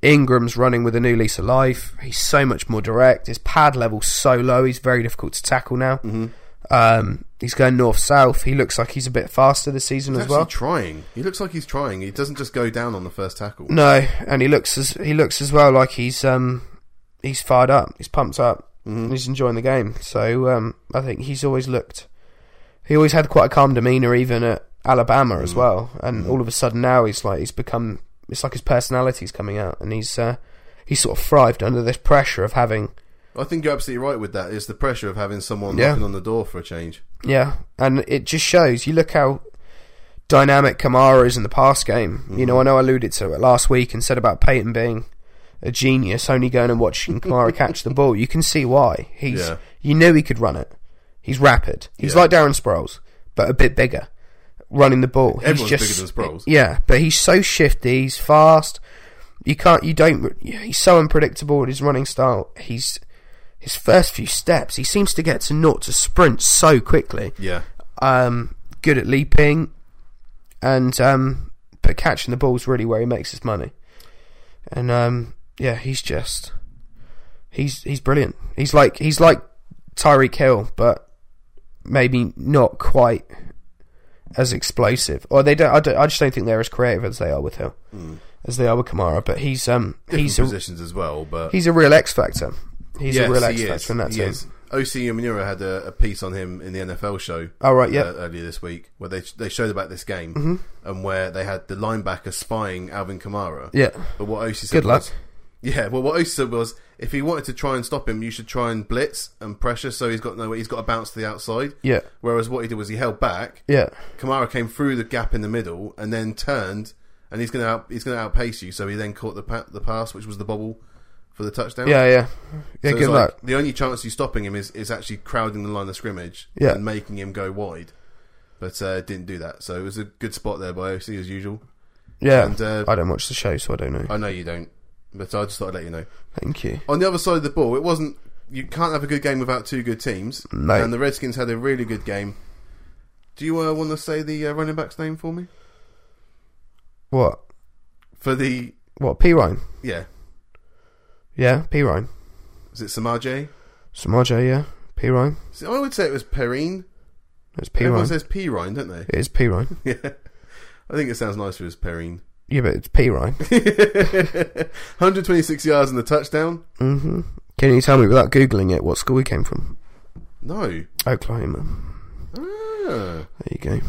B: Ingram's running with a new lease of life. He's so much more direct. His pad level's so low. He's very difficult to tackle now.
A: Mhm.
B: Um, he's going north south. He looks like he's a bit faster this season
A: He's
B: as
A: actually
B: well.
A: trying. He looks like he's trying. He doesn't just go down on the first tackle.
B: No, and he looks as he looks as well like he's um he's fired up, he's pumped up, and he's enjoying the game. So um, I think he's always looked. He always had quite a calm demeanor, even at Alabama as well. And all of a sudden now he's like he's become. It's like his personality's coming out, and he's uh, he's sort of thrived under this pressure of having
A: I think you're absolutely right with that. It's the pressure of having someone
B: Yeah.
A: knocking on the door for a change.
B: Yeah, and it just shows. You look how dynamic Kamara is in the pass game. You know, I know I alluded to it last week and said about Peyton being a genius, only going and watching Kamara catch the ball. You can see why. He's
A: Yeah.
B: you knew he could run it. He's rapid. He's
A: Yeah.
B: like Darren Sproles, but a bit bigger. Running the ball,
A: Everyone's
B: he's
A: bigger
B: just
A: than Sproles.
B: yeah, but he's so shifty. He's fast. You can't. You don't. He's so unpredictable in his running style. He's his first few steps. He seems to get to naught to sprint so quickly
A: Yeah.
B: um, good at leaping, and um, but catching the ball's really where he makes his money. And um, yeah, he's just he's he's brilliant. He's like he's like Tyreek Hill, but maybe not quite as explosive. Or they don't. I, don't, I just don't think they're as creative as they are with Hill, as they are with Kamara. But he's um he's
A: Mm. Different
B: a,
A: positions as well, but
B: he's a real X factor. He's
A: yes,
B: a real X
A: he is.
B: factor in that
A: he
B: team.
A: is. OC Umanura had a, a piece on him in the NFL show
B: All Oh, right, yeah. Mm-hmm.
A: uh, earlier this week where they they showed about this game and where they had the linebacker spying Alvin Kamara.
B: Yeah.
A: But what OC said
B: Good luck.
A: was- yeah, well, what OC said was if he wanted to try and stop him, you should try and blitz and pressure so he's got no he's got to bounce to the outside.
B: Yeah.
A: Whereas what he did was he held back
B: Yeah.
A: Kamara came through the gap in the middle and then turned, and he's going to out, he's going to outpace you. So he then caught the pa- the pass, which was the bobble for the touchdown.
B: Yeah, yeah. Yeah,
A: Oh. So it's
B: good
A: like,
B: luck.
A: The only chance you stopping him is, is actually crowding the line of scrimmage
B: Yeah.
A: and making him go wide, but uh, didn't do that. So it was a good spot there by OC as usual.
B: Yeah.
A: And uh,
B: I don't watch the show, so I don't know.
A: I know you don't, but I just thought I'd let you know.
B: Thank you.
A: On the other side of the ball, it wasn't. You can't have a good game without two good teams,
B: No.
A: and the Redskins had a really good game. Do you uh, want to say the uh, running back's name for me?
B: What?
A: for the
B: What P Ryan?
A: Yeah.
B: Yeah, P Ryan.
A: Is it Samaje?
B: Samaje, yeah, P Ryan.
A: See, I would say it was Perrine.
B: It's P
A: Everyone
B: Ryan.
A: says P Ryan, don't they?
B: It is P Ryan.
A: Yeah. I think it sounds nicer as Perrine.
B: Yeah, but it's P Ryan.
A: 126 yards and the touchdown?
B: hmm Can you tell me without googling it what school he came from?
A: No.
B: Oklahoma.
A: Ah.
B: There you go.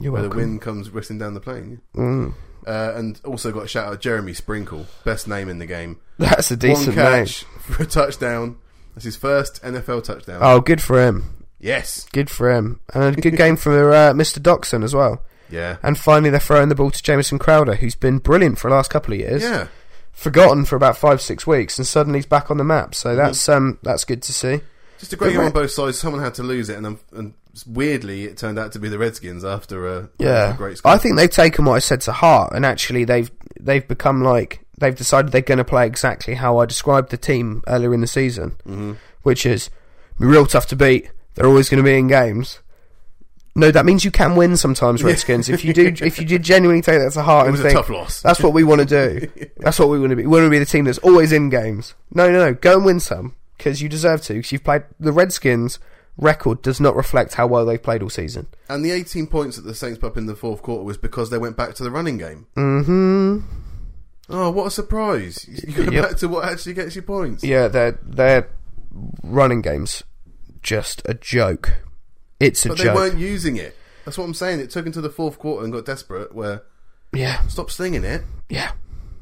B: You're
A: Where the
B: welcome.
A: wind comes whistling down the plane.
B: Mm.
A: Uh, and also got a shout out Jeremy Sprinkle, best name in the game.
B: That's a decent
A: One
B: name.
A: catch for a touchdown. That's his first NFL touchdown.
B: Oh, good for him.
A: Yes.
B: Good for him. And a good game from uh, Mr. Doxson as well.
A: Yeah.
B: And finally, they're throwing the ball to Jameson Crowder, who's been brilliant for the last couple of years.
A: Yeah.
B: Forgotten for about five, six weeks, and suddenly he's back on the map.
A: Hmm.
B: So that's um, that's good to see.
A: Just a great
B: But
A: game
B: Re-
A: on both sides. Someone had to lose it, and, then- and weirdly, it turned out to be the Redskins after a,
B: Yeah,
A: a great score.
B: I think they've taken what I said to heart, and actually they've they've become like they've decided they're going to play exactly how I described the team earlier in the season, mm-hmm. which is be real tough to beat. They're always going to be in games. No, that means you can win sometimes, Redskins. if you do, if you did genuinely take that to heart
A: it
B: and
A: was a
B: think
A: tough loss.
B: that's what we want to do, that's what we want to be. We want to be the team that's always in games. No, no, no, go and win some because you deserve to. Because you've played the Redskins' record does not reflect how well they've played all season.
A: And the 18 points that the Saints put up in the fourth quarter was because they went back to the running game.
B: hmm
A: Oh, what a surprise. You you go
B: Yep.
A: back to what actually gets you points.
B: Yeah, their their running games just a joke. It's a
A: But they
B: joke.
A: weren't using it. That's what I'm saying. It took into the fourth quarter and got desperate where
B: Yeah,
A: stop slinging it,
B: yeah.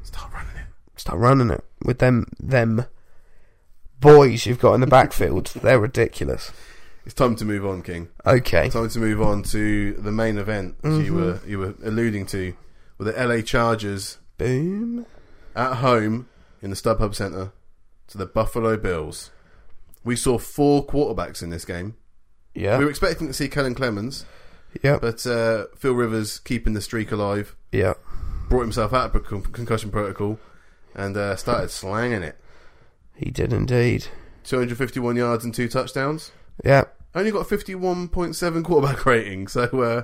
A: start running it.
B: Start running it with them them boys you've got in the backfield. They're ridiculous.
A: It's time to move on, King.
B: Okay.
A: Time to move on to the main event as
B: Mm-hmm.
A: you were you were alluding to with the LA Chargers
B: Boom.
A: at home in the StubHub Center to the Buffalo Bills. We saw four quarterbacks in this game.
B: Yeah.
A: We were expecting to see Kellen Clemens,
B: yeah.
A: but uh, Phil Rivers keeping the streak alive,
B: Yeah.
A: brought himself out of con- concussion protocol, and uh, started slanging it.
B: He did indeed.
A: 251 yards and two touchdowns.
B: Yeah.
A: Only got 51.7 quarterback rating, so uh,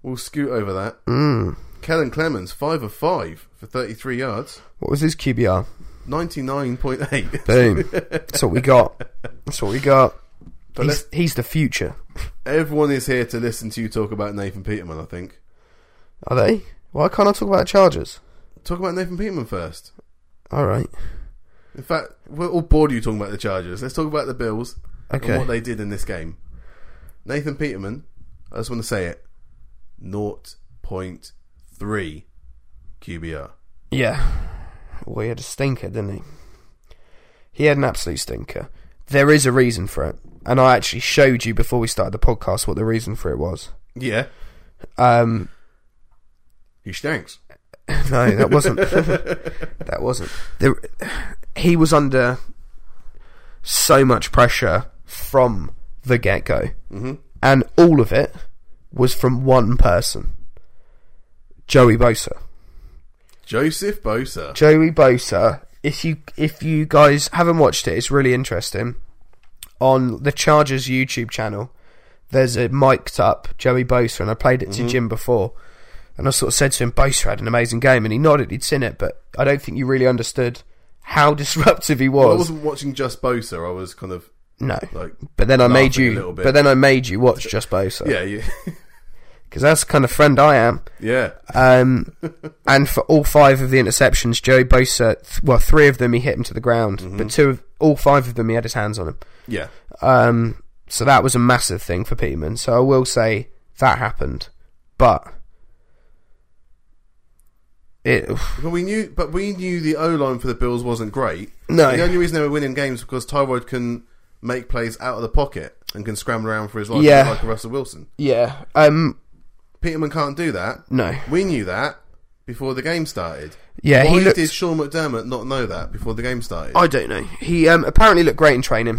A: we'll scoot over that.
B: Mm.
A: Kellen Clemens, 5 of 5 for 33 yards,
B: What was his QBR?
A: 99.8.
B: Boom. That's what we got. That's what we got. He's, he's the future.
A: Everyone is here to listen to you talk about Nathan Peterman, I think.
B: Are they? Why can't I talk about Chargers?
A: Talk about Nathan Peterman first.
B: All right.
A: In fact, we're all bored of you talking about the Chargers. Let's talk about the Bills and
B: Okay.
A: what they did in this game. Nathan Peterman, I just want to say it, 0.3 QBR.
B: Yeah. Well, he had a stinker, didn't he? He had an absolute stinker. There is a reason for it. And I actually showed you before we started the podcast what the reason for it was.
A: Yeah,
B: Um,
A: he stinks.
B: no, that wasn't. that wasn't. There, he was under so much pressure from the get go.
A: Mhm.
B: And all of it was from one person Joey Bosa.
A: Joseph Bosa.
B: Joey Bosa. If you if you guys haven't watched it, it's really interesting. On the Chargers YouTube channel, there's a mic'd up Joey Bosa, and I played it
A: Mm-hmm.
B: to Jim before, and I sort of said to him, Bosa had an amazing game, and he nodded, he'd seen it, but I don't think you really understood how disruptive he
A: I
B: was.
A: wasn't watching just Bosa. I was kind of
B: No,
A: like,
B: but then I made
A: laughing a little
B: you,
A: bit.
B: but then I made you watch just Bosa
A: yeah, you,
B: because that's the kind of friend I am.
A: yeah.
B: Um, and for all five of the interceptions, Joey Bosa, th- well, three of them he hit him to the ground,
A: Mm-hmm.
B: but two of all five of them he had his hands on him.
A: Yeah.
B: Um, so that was a massive thing for Peterman. So I will say that happened, but it
A: But we knew, but we knew the O line for the Bills wasn't great.
B: No.
A: the only reason they were winning games was because Tyrod can make plays out of the pocket and can scramble around for his life
B: Yeah.
A: like a Russell Wilson.
B: yeah um
A: Peterman can't do that.
B: no
A: We knew that before the game started.
B: yeah
A: Why
B: he looked
A: did Sean McDermott not know that before the game started?
B: I don't know he um apparently looked great in training.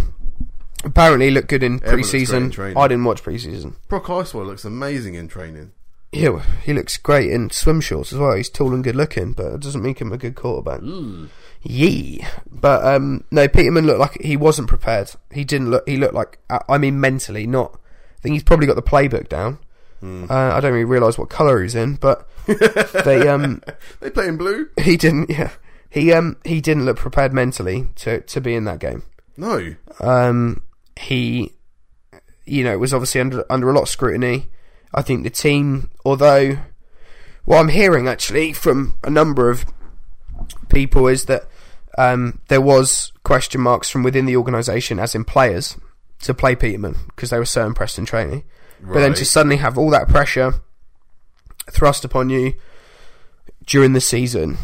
B: Apparently he looked good in
A: Everyone looks great in
B: preseason.
A: training.
B: I didn't watch preseason.
A: Brock Osweiler looks amazing in training.
B: Yeah, well, he looks great in swim shorts as well. He's tall and good looking, but it doesn't make him a good quarterback. Yee. But um, no, Peterman looked like he wasn't uh, prepared. He didn't look. He looked like I I mean mentally not. I think he's probably got the playbook down,
A: Mm.
B: Uh, I don't really realise what colour he's in, but they um
A: They play in blue?
B: he didn't yeah he um he didn't look prepared mentally to to be in that game.
A: No.
B: Um, he, you know, was obviously under under a lot of scrutiny. I think the team, although what I'm hearing actually from a number of people is that um, there was question marks from within the organisation, as in players, to play Peterman because they were so impressed in training. But then
A: Right.
B: to suddenly have all that pressure thrust upon you during the season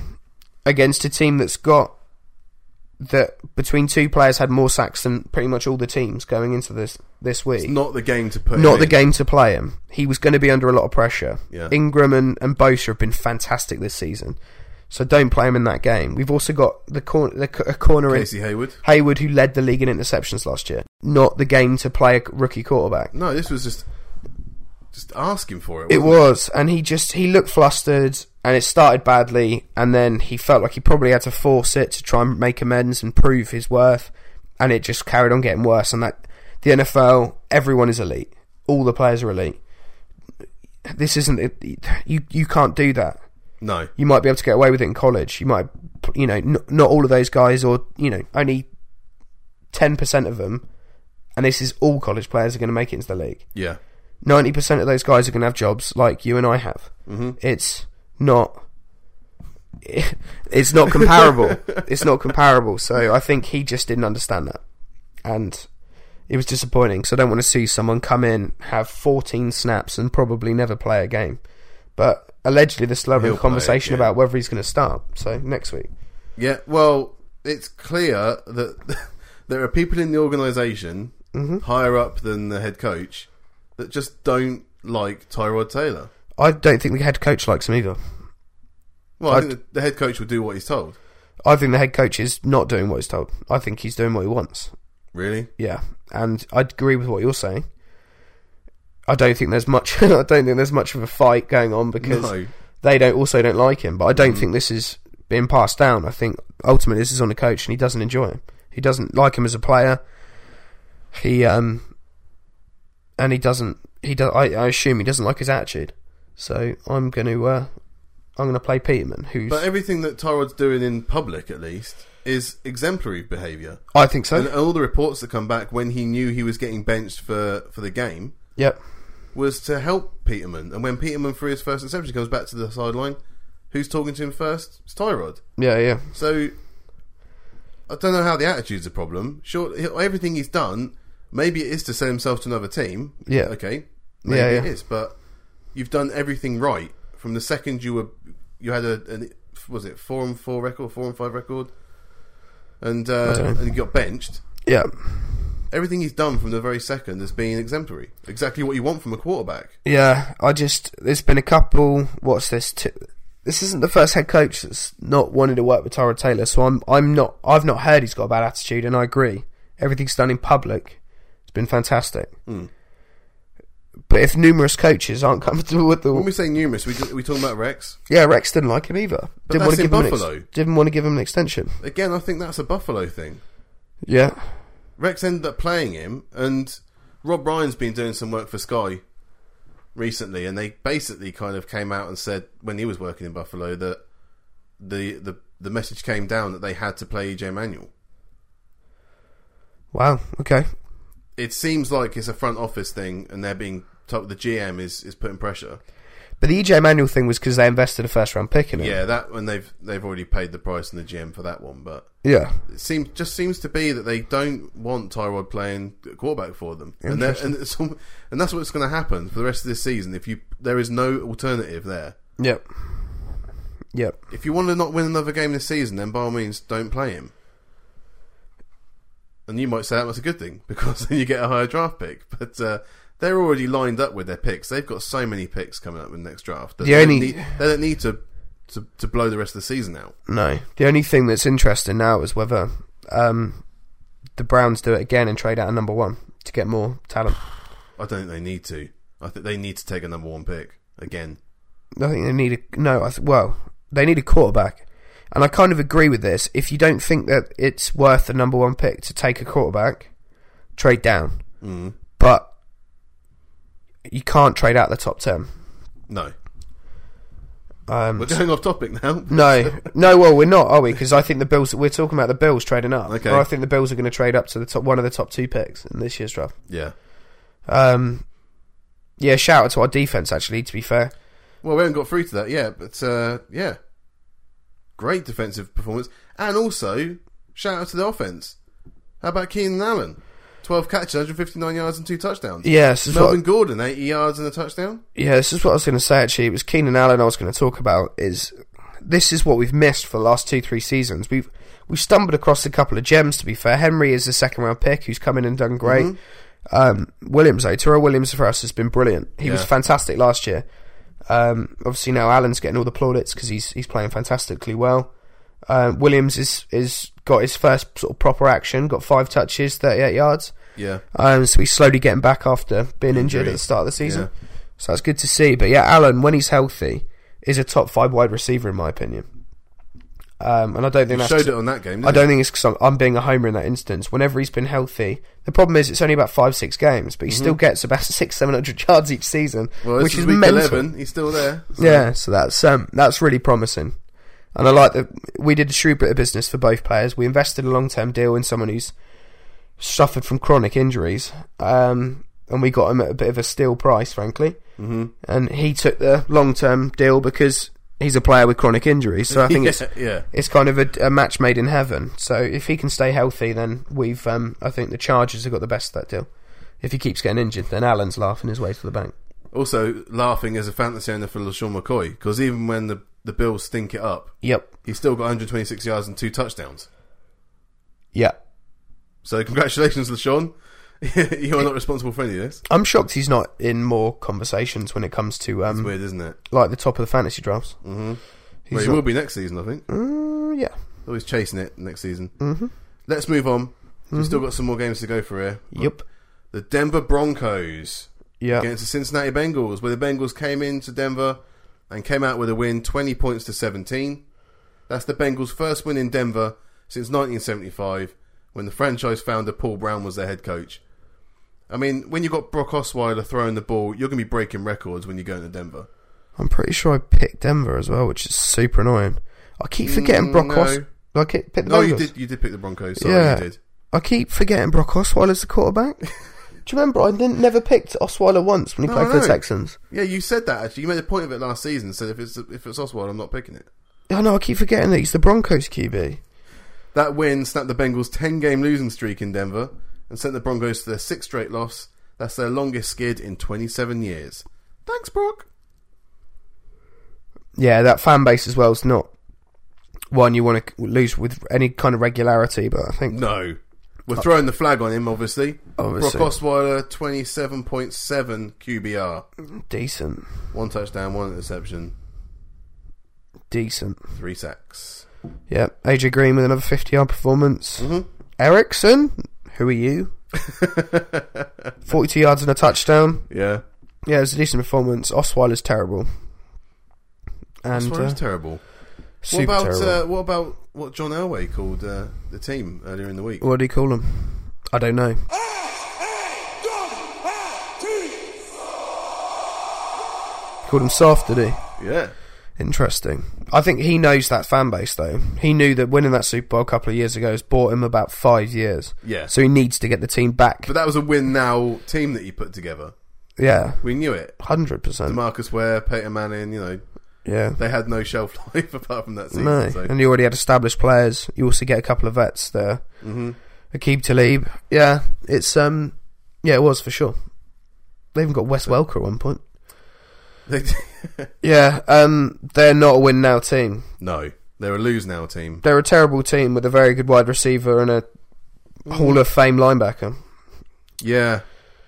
B: against a team that's got that between two players had more sacks than pretty much all the teams going into this this week.
A: It's not the game to put.
B: Not
A: him
B: the
A: in.
B: game to play him. He was going to be under a lot of pressure.
A: Yeah.
B: Ingram and, and Bosa have been fantastic this season, so don't play him in that game. We've also got the corner, the c- a corner in
A: Casey Hayward.
B: Hayward, who led the league in interceptions last year. Not the game to play a rookie quarterback.
A: No, this was just just asking for it.
B: It
A: wasn't
B: was, and he just he looked flustered, and it started badly, and then he felt like he probably had to force it to try and make amends and prove his worth, and it just carried on getting worse. And that the NFL, everyone is elite, all the players are elite. This isn't you. You can't do that.
A: No.
B: You might be able to get away with it in college. You might, you know, n- not all of those guys, or you know, only ten percent of them. And this is all college players are going to make it into the league
A: Yeah.
B: ninety percent of those guys are going to have jobs like you and I have. Mm-hmm. It's not. It's not comparable. it's not comparable. So I think he just didn't understand that, and it was disappointing. So I don't want to see someone come in have fourteen snaps and probably never play a game. But allegedly, there's
A: He'll
B: lovely
A: play,
B: conversation
A: yeah.
B: about whether he's going to start. So next week,
A: Yeah. Well, it's clear that there are people in the organization
B: Mm-hmm.
A: higher up than the head coach that just don't like Tyrod Taylor.
B: I don't think the head coach likes him either.
A: Well, I,
B: I'd-
A: think the, the head coach will do what he's told.
B: I think the head coach is not doing what he's told. I think he's doing what he wants.
A: Really?
B: Yeah, and I agree with what you're saying. I don't think there's much. I don't think there's much of a fight going on because
A: No. Mm.
B: they don't also don't like him. But I don't think this is being passed down. I think ultimately this is on the coach, and he doesn't enjoy him. He doesn't like him as a player. He um, and he doesn't. He does. I, I assume he doesn't like his attitude. So I'm going to uh, I'm going to play Peterman, who's
A: But everything that Tyrod's doing in public, at least, is exemplary behaviour.
B: I think so.
A: And all the reports that come back when he knew he was getting benched for, for the game
B: yep.
A: was to help Peterman. And when Peterman threw his first interception, he comes back to the sideline. Who's talking to him first? It's Tyrod.
B: Yeah. Yeah.
A: So I don't know how the attitude's a problem. Sure, he- everything he's done, maybe it is to sell himself to another team.
B: Yeah.
A: Okay. Maybe
B: Yeah,
A: it
B: yeah.
A: is, but you've done everything right from the second you were you had a an, was it four and four record, four and five record, and uh,
B: don't know.
A: and you got benched.
B: Yeah.
A: Everything he's done from the very second has been exemplary. Exactly what you want from a quarterback.
B: Yeah, I just there's been a couple. What's this? T- this isn't the first head coach that's not wanted to work with Tyrod Taylor. So I'm I'm not I've not heard he's got a bad attitude, and I agree. Everything's done in public. It's been fantastic.
A: Hmm.
B: But if numerous coaches aren't comfortable with the
A: When we say numerous, we are we talking about Rex
B: yeah, Rex didn't like him either. didn't
A: that's
B: want to
A: in
B: give him an ex-
A: Buffalo.
B: didn't want to give him an extension.
A: again. I think that's a Buffalo thing.
B: Yeah,
A: Rex ended up playing him, and Rob Ryan's been doing some work for Sky recently, and they basically kind of came out and said when he was working in Buffalo that the the the message came down that they had to play EJ Manuel.
B: wow. Okay,
A: It seems like it's a front office thing, and they're being told the GM is is putting pressure.
B: but the EJ Manuel thing was because they invested a first round pick in him.
A: Yeah, that and they've they've already paid the price in the GM for that one, but
B: yeah.
A: it seems just seems to be that they don't want Tyrod playing quarterback for them, and they're- and it's, al- and that's what's going to happen for the rest of this season. If you there is no alternative there.
B: Yep. Yep.
A: If you want to not win another game this season, then by all means don't play him. And you might say that was a good thing because then you get a higher draft pick. But uh, they're already lined up with their picks. They've got so many picks coming up in the next draft. That
B: The
A: they,
B: only-
A: don't need, they don't need to, to to blow the rest of the season out.
B: No. The only thing that's interesting now is whether um, the Browns do it again and trade out a number one to get more talent.
A: I don't think they need to. I think they need to take a number one pick again.
B: I think they need a no. I th- well, they need a quarterback, and I kind of agree with this. If you don't think that it's worth the number one Mm. pick to take a quarterback, trade down. But you can't trade out the top ten.
A: No,
B: Um,
A: we're going off topic now.
B: no, no. Well, we're not, are we? Because I think the Bills we're talking about the Bills trading up.
A: Okay.
B: Or I think the Bills are going to trade up to the top one of the top two picks in this year's draft.
A: Yeah.
B: Um, yeah, shout out to our defense. Actually, to be fair,
A: Well, we haven't got through to that yet, but uh, yeah, great defensive performance, and also shout out to the offense. How about Keenan Allen? Twelve catches, 159 yards, and two touchdowns.
B: yeah, this is what,
A: Melvin Gordon, 80 yards and a touchdown.
B: yeah, this is what I was going to say. Actually, it was Keenan Allen I was going to talk about. Is this is what we've missed for the last two three seasons? We've we've stumbled across a couple of gems. To be fair, Henry is the second round pick who's come in and done great. Um, Williams, though, Terrell Williams for us has been brilliant. He was
A: Yeah.
B: fantastic last year. Um, obviously now Allen's getting all the plaudits because he's he's playing fantastically well. Uh, Williams is is got his first sort of proper action, got five touches, thirty eight yards.
A: Yeah,
B: Um, so he's slowly getting back after being injured at
A: Injury.
B: the start of the season.
A: Yeah.
B: So that's good to see. But yeah, Allen, when he's healthy, is a top five wide receiver in my opinion. Um, and I don't think that's
A: showed it on that game.
B: I
A: Didn't
B: don't think it's because I'm, I'm being a homer in that instance. Whenever he's been healthy, the problem is it's only about five, six games, but he still gets about six, seven hundred yards each season,
A: he? Mm-hmm. Well, this
B: which is,
A: week
B: mental.
A: 11. He's still there. So-
B: Yeah, so that's um, that's really promising, and I like that we did a shrewd bit of business for both players. We invested a long term deal in someone who's suffered from chronic injuries, um, and we got him at a bit of a steal price, frankly. Mm-hmm. And he took the long term deal because he's a player with chronic injuries. So I think it's
A: yeah, yeah.
B: it's kind of a, a match made in heaven. So if he can stay healthy, then we've um, I think the Chargers have got the best of that deal. If he keeps getting injured, then Allen's laughing his way to the bank.
A: Also, laughing as a fantasy owner for LaShawn McCoy because even when the the Bills stink it up,
B: Yep.
A: he's still got 126 yards and two touchdowns.
B: Yeah.
A: So congratulations, LaShawn. you are not responsible for any of this.
B: I'm shocked he's not in more conversations when it comes to um,
A: Weird, isn't it?
B: like the top of the fantasy drafts. Mm-hmm. He's
A: Well, he
B: not-
A: will be next season, I think.
B: Mm, yeah.
A: Though he's chasing it next season. Mm-hmm. Let's move on. We've
B: Mm-hmm.
A: still got some more games to go for here.
B: Yep.
A: The Denver Broncos
B: Yeah.
A: against the Cincinnati Bengals, where the Bengals came into Denver and came out with a win, 20 points to 17. That's the Bengals' first win in Denver since 1975, when the franchise founder Paul Brown was their head coach. I mean, when you've got Brock Osweiler throwing the ball, you're going to be breaking records when you go into Denver.
B: I'm pretty sure I picked Denver as well, which is super annoying. I keep forgetting
A: Mm,
B: Brock
A: no.
B: Os. I keep pick the
A: No, you
B: Bengals.
A: did. You did pick the Broncos. Sorry,
B: Yeah.
A: you did.
B: I keep forgetting Brock Osweiler's the quarterback. Do you remember I didn't, never picked Osweiler once when he
A: No,
B: played
A: I
B: for the
A: know.
B: Texans?
A: Yeah, you said that actually. You made a point of it last season. Said if it's if it's Oswald, I'm not picking it.
B: Oh no, I keep forgetting that he's the Broncos QB.
A: That win snapped the Bengals' 10 game losing streak in Denver and sent the Broncos to their sixth straight loss. That's their longest skid in 27 years. Thanks, Brock.
B: Yeah, that fan base as well is not one you want to lose with any kind of regularity. But I think
A: No. We're throwing the flag on him, obviously.
B: Uh, Obviously.
A: Brock Osweiler, 27.7 QBR.
B: decent,
A: One touchdown, one interception,
B: decent.
A: three sacks.
B: Yeah, AJ Green with another fifty-yard performance.
A: Mhm.
B: Erickson, who are you? Forty-two yards and a touchdown.
A: Yeah.
B: Yeah, it was a decent performance. Osweiler's terrible, and
A: Osweiler's
B: uh,
A: terrible.
B: super
A: what about
B: terrible.
A: uh, what about what John Elway called uh, the team earlier in the week?
B: what do you call him? I don't know. Called him soft, did he?
A: Yeah.
B: Interesting. I think he knows that fan base though. He knew that winning that Super Bowl a couple of years ago has bought him about five years.
A: Yeah.
B: So he needs to get the team back.
A: But that was a win now team that he put together.
B: yeah,
A: We knew it.
B: hundred percent.
A: Marcus Ware, Peyton Manning, you know,
B: Yeah.
A: they had no shelf life apart from that season.
B: No,
A: So.
B: and you already had established players. You also get a couple of vets there.
A: Mhm.
B: Akib Talib. Yeah, it's um, yeah, it was for sure. They even got Wes Welker at one point.
A: They,
B: Yeah, um, they're not a win now team.
A: no, they're a lose now team.
B: They're a terrible team with a very good wide receiver and a Hall of Fame linebacker,
A: Yeah,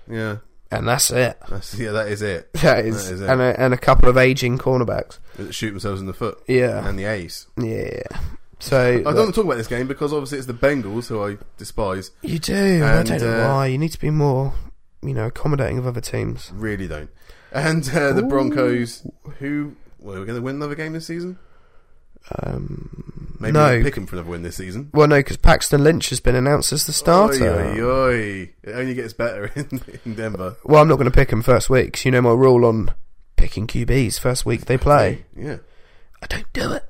A: yeah,
B: and that's it.
A: that's, yeah. That is it.
B: That is,
A: That is it.
B: and a, and a couple of aging cornerbacks.
A: They Shoot themselves in the foot.
B: Yeah.
A: and the ace.
B: Yeah. So
A: I don't want to talk about this game because obviously it's the Bengals who I despise.
B: you do. and I
A: And,
B: don't know
A: uh,
B: why. You need to be more, you know, accommodating of other teams.
A: Really don't. And uh, the Broncos, who well, we're going to win another game this season.
B: Um,
A: Maybe
B: No.
A: we'll pick Oh, him for another win this season.
B: Well, no, because Paxton Lynch has been announced as the starter.
A: Oi, oi, oi. It only gets better in, in Denver.
B: Well, I'm not going to pick him first week. 'cause you know my rule on picking QBs first week they play.
A: Yeah.
B: I don't do it.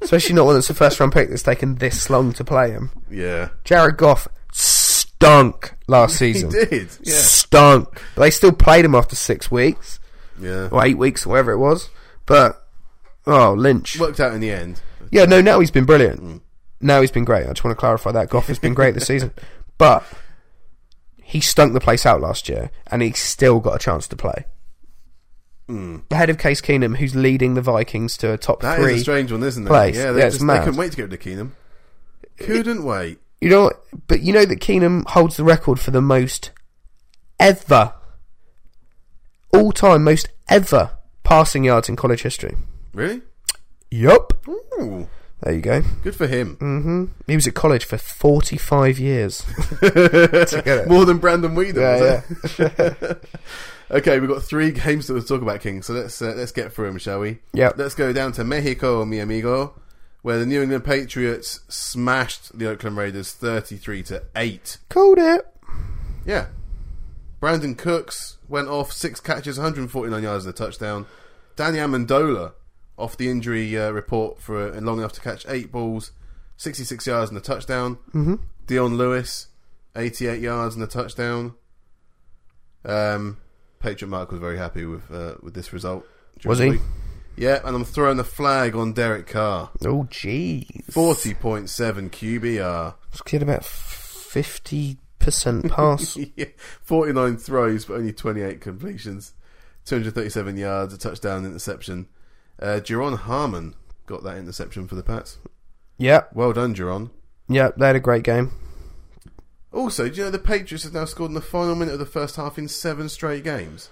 B: Especially not one that's a first round pick that's taken this long to play him.
A: Yeah.
B: Jared Goff stunk last
A: He
B: season.
A: did. Yeah.
B: Stunk. But they still played him after six weeks
A: Yeah.
B: or eight weeks or whatever it was. But oh, Lynch.
A: Worked out in the end.
B: Yeah, no, now he's been brilliant. Now he's been great. I just want to clarify that Goff has been great this season, but he stunk the place out last year, and he still got a chance to play. Ahead of Case Keenum, who's leading the Vikings to a top
A: Hmm. That is
B: three.
A: a strange one, isn't it?
B: place.
A: Yeah, they,
B: Yeah, it's
A: just, they
B: mad.
A: couldn't wait to get rid of Keenum. Couldn't wait.
B: you know, what? but you know that Keenum holds the record for the most ever, all time most ever passing yards in college history.
A: Really?
B: Yup.
A: Ooh,
B: There you go.
A: good for him.
B: hmm He was at college for forty-five years. to get it.
A: More than Brandon Weedham.
B: Yeah,
A: was it? okay, we've got three games to talk about, King. So let's uh, let's get through them, shall we?
B: Yep.
A: Let's go down to Mexico, mi amigo, where the New England Patriots smashed the Oakland Raiders thirty-three to eight.
B: Called it.
A: Yeah. Brandon Cooks went off six catches, 149 yards and a touchdown. Danny Amendola off the injury uh, report for uh, long enough to catch eight balls, 66 yards and a touchdown. Mm-hmm. Dion Lewis, 88 yards and a touchdown. Um, Patriot Mark was very happy with uh, with this result. during
B: Was
A: the
B: he?
A: week. Yeah, and I'm throwing the flag on Derek Carr.
B: Oh, jeez.
A: 40.7 QBR.
B: He had about 50% pass.
A: yeah, 49 throws, but only 28 completions. 237 yards, a touchdown, interception. Uh, Jerron Harmon got that interception for the Pats.
B: yep,
A: Well done, Jerron.
B: yep, they had a great game.
A: Also, do you know the Patriots have now scored in the final minute of the first half in seven straight games?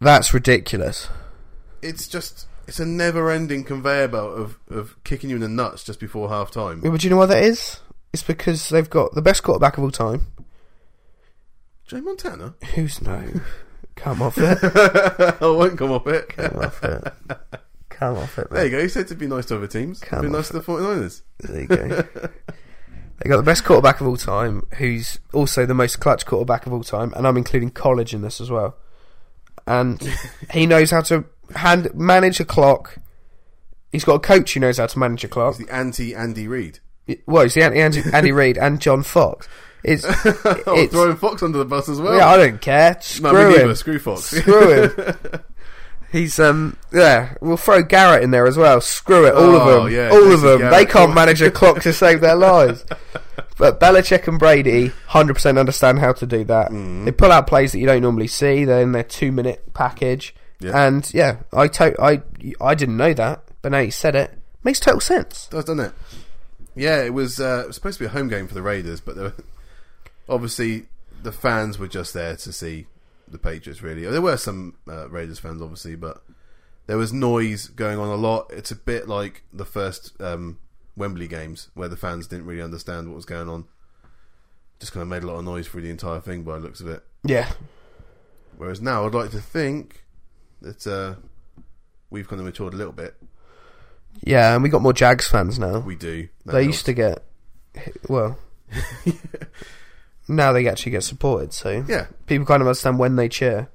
B: That's ridiculous.
A: It's just, it's a never ending conveyor belt of, of kicking you in the nuts just before half time.
B: Yeah, But do you know why that is? It's because they've got the best quarterback of all time.
A: Jay Montana?
B: Who's no? Come off it.
A: I won't come off it.
B: Come off it. Come off it,
A: There
B: mate.
A: you go. He said to be nice to other teams.
B: Come
A: be
B: on.
A: nice to the 49ers.
B: There you go. They got the best quarterback of all time, who's also the most clutch quarterback of all time, and I'm including college in this as well. And he knows how to hand manage a clock. He's got a coach who knows how to manage a clock.
A: The anti Andy Reid.
B: Well, it's the Andy, Andy, Andy Reid and John Fox. It's,
A: Oh,
B: it's
A: throwing Fox under the bus as well.
B: yeah, I don't care. Screw
A: No, me neither.
B: him.
A: Screw Fox.
B: Screw him. He's um yeah. We'll throw Garrett in there as well. Screw it, all
A: Oh,
B: of them,
A: yeah,
B: all
A: this
B: of
A: is
B: them. They
A: Garrett.
B: can't manage a clock to save their lives. But Belichick and Brady, hundred percent understand how to do that.
A: Mm.
B: They pull out plays that you don't normally see. They're in their two-minute package,
A: Yeah.
B: and yeah, I to- I I didn't know that, but now you said it, makes total sense.
A: Does doesn't it? Yeah, it was, uh, it was supposed to be a home game for the Raiders, but there were, obviously the fans were just there to see the Patriots. Really, there were some uh, Raiders fans, obviously, but there was noise going on a lot. It's a bit like the first um, Wembley games where the fans didn't really understand what was going on. Just kind of made a lot of noise through the entire thing by the looks of it.
B: Yeah,
A: Whereas now, I'd like to think that uh, we've kind of matured a little bit.
B: yeah, and we got more Jags fans now.
A: We do. That
B: they
A: helps.
B: used to get well now they actually get supported so
A: Yeah,
B: people kind of understand when they cheer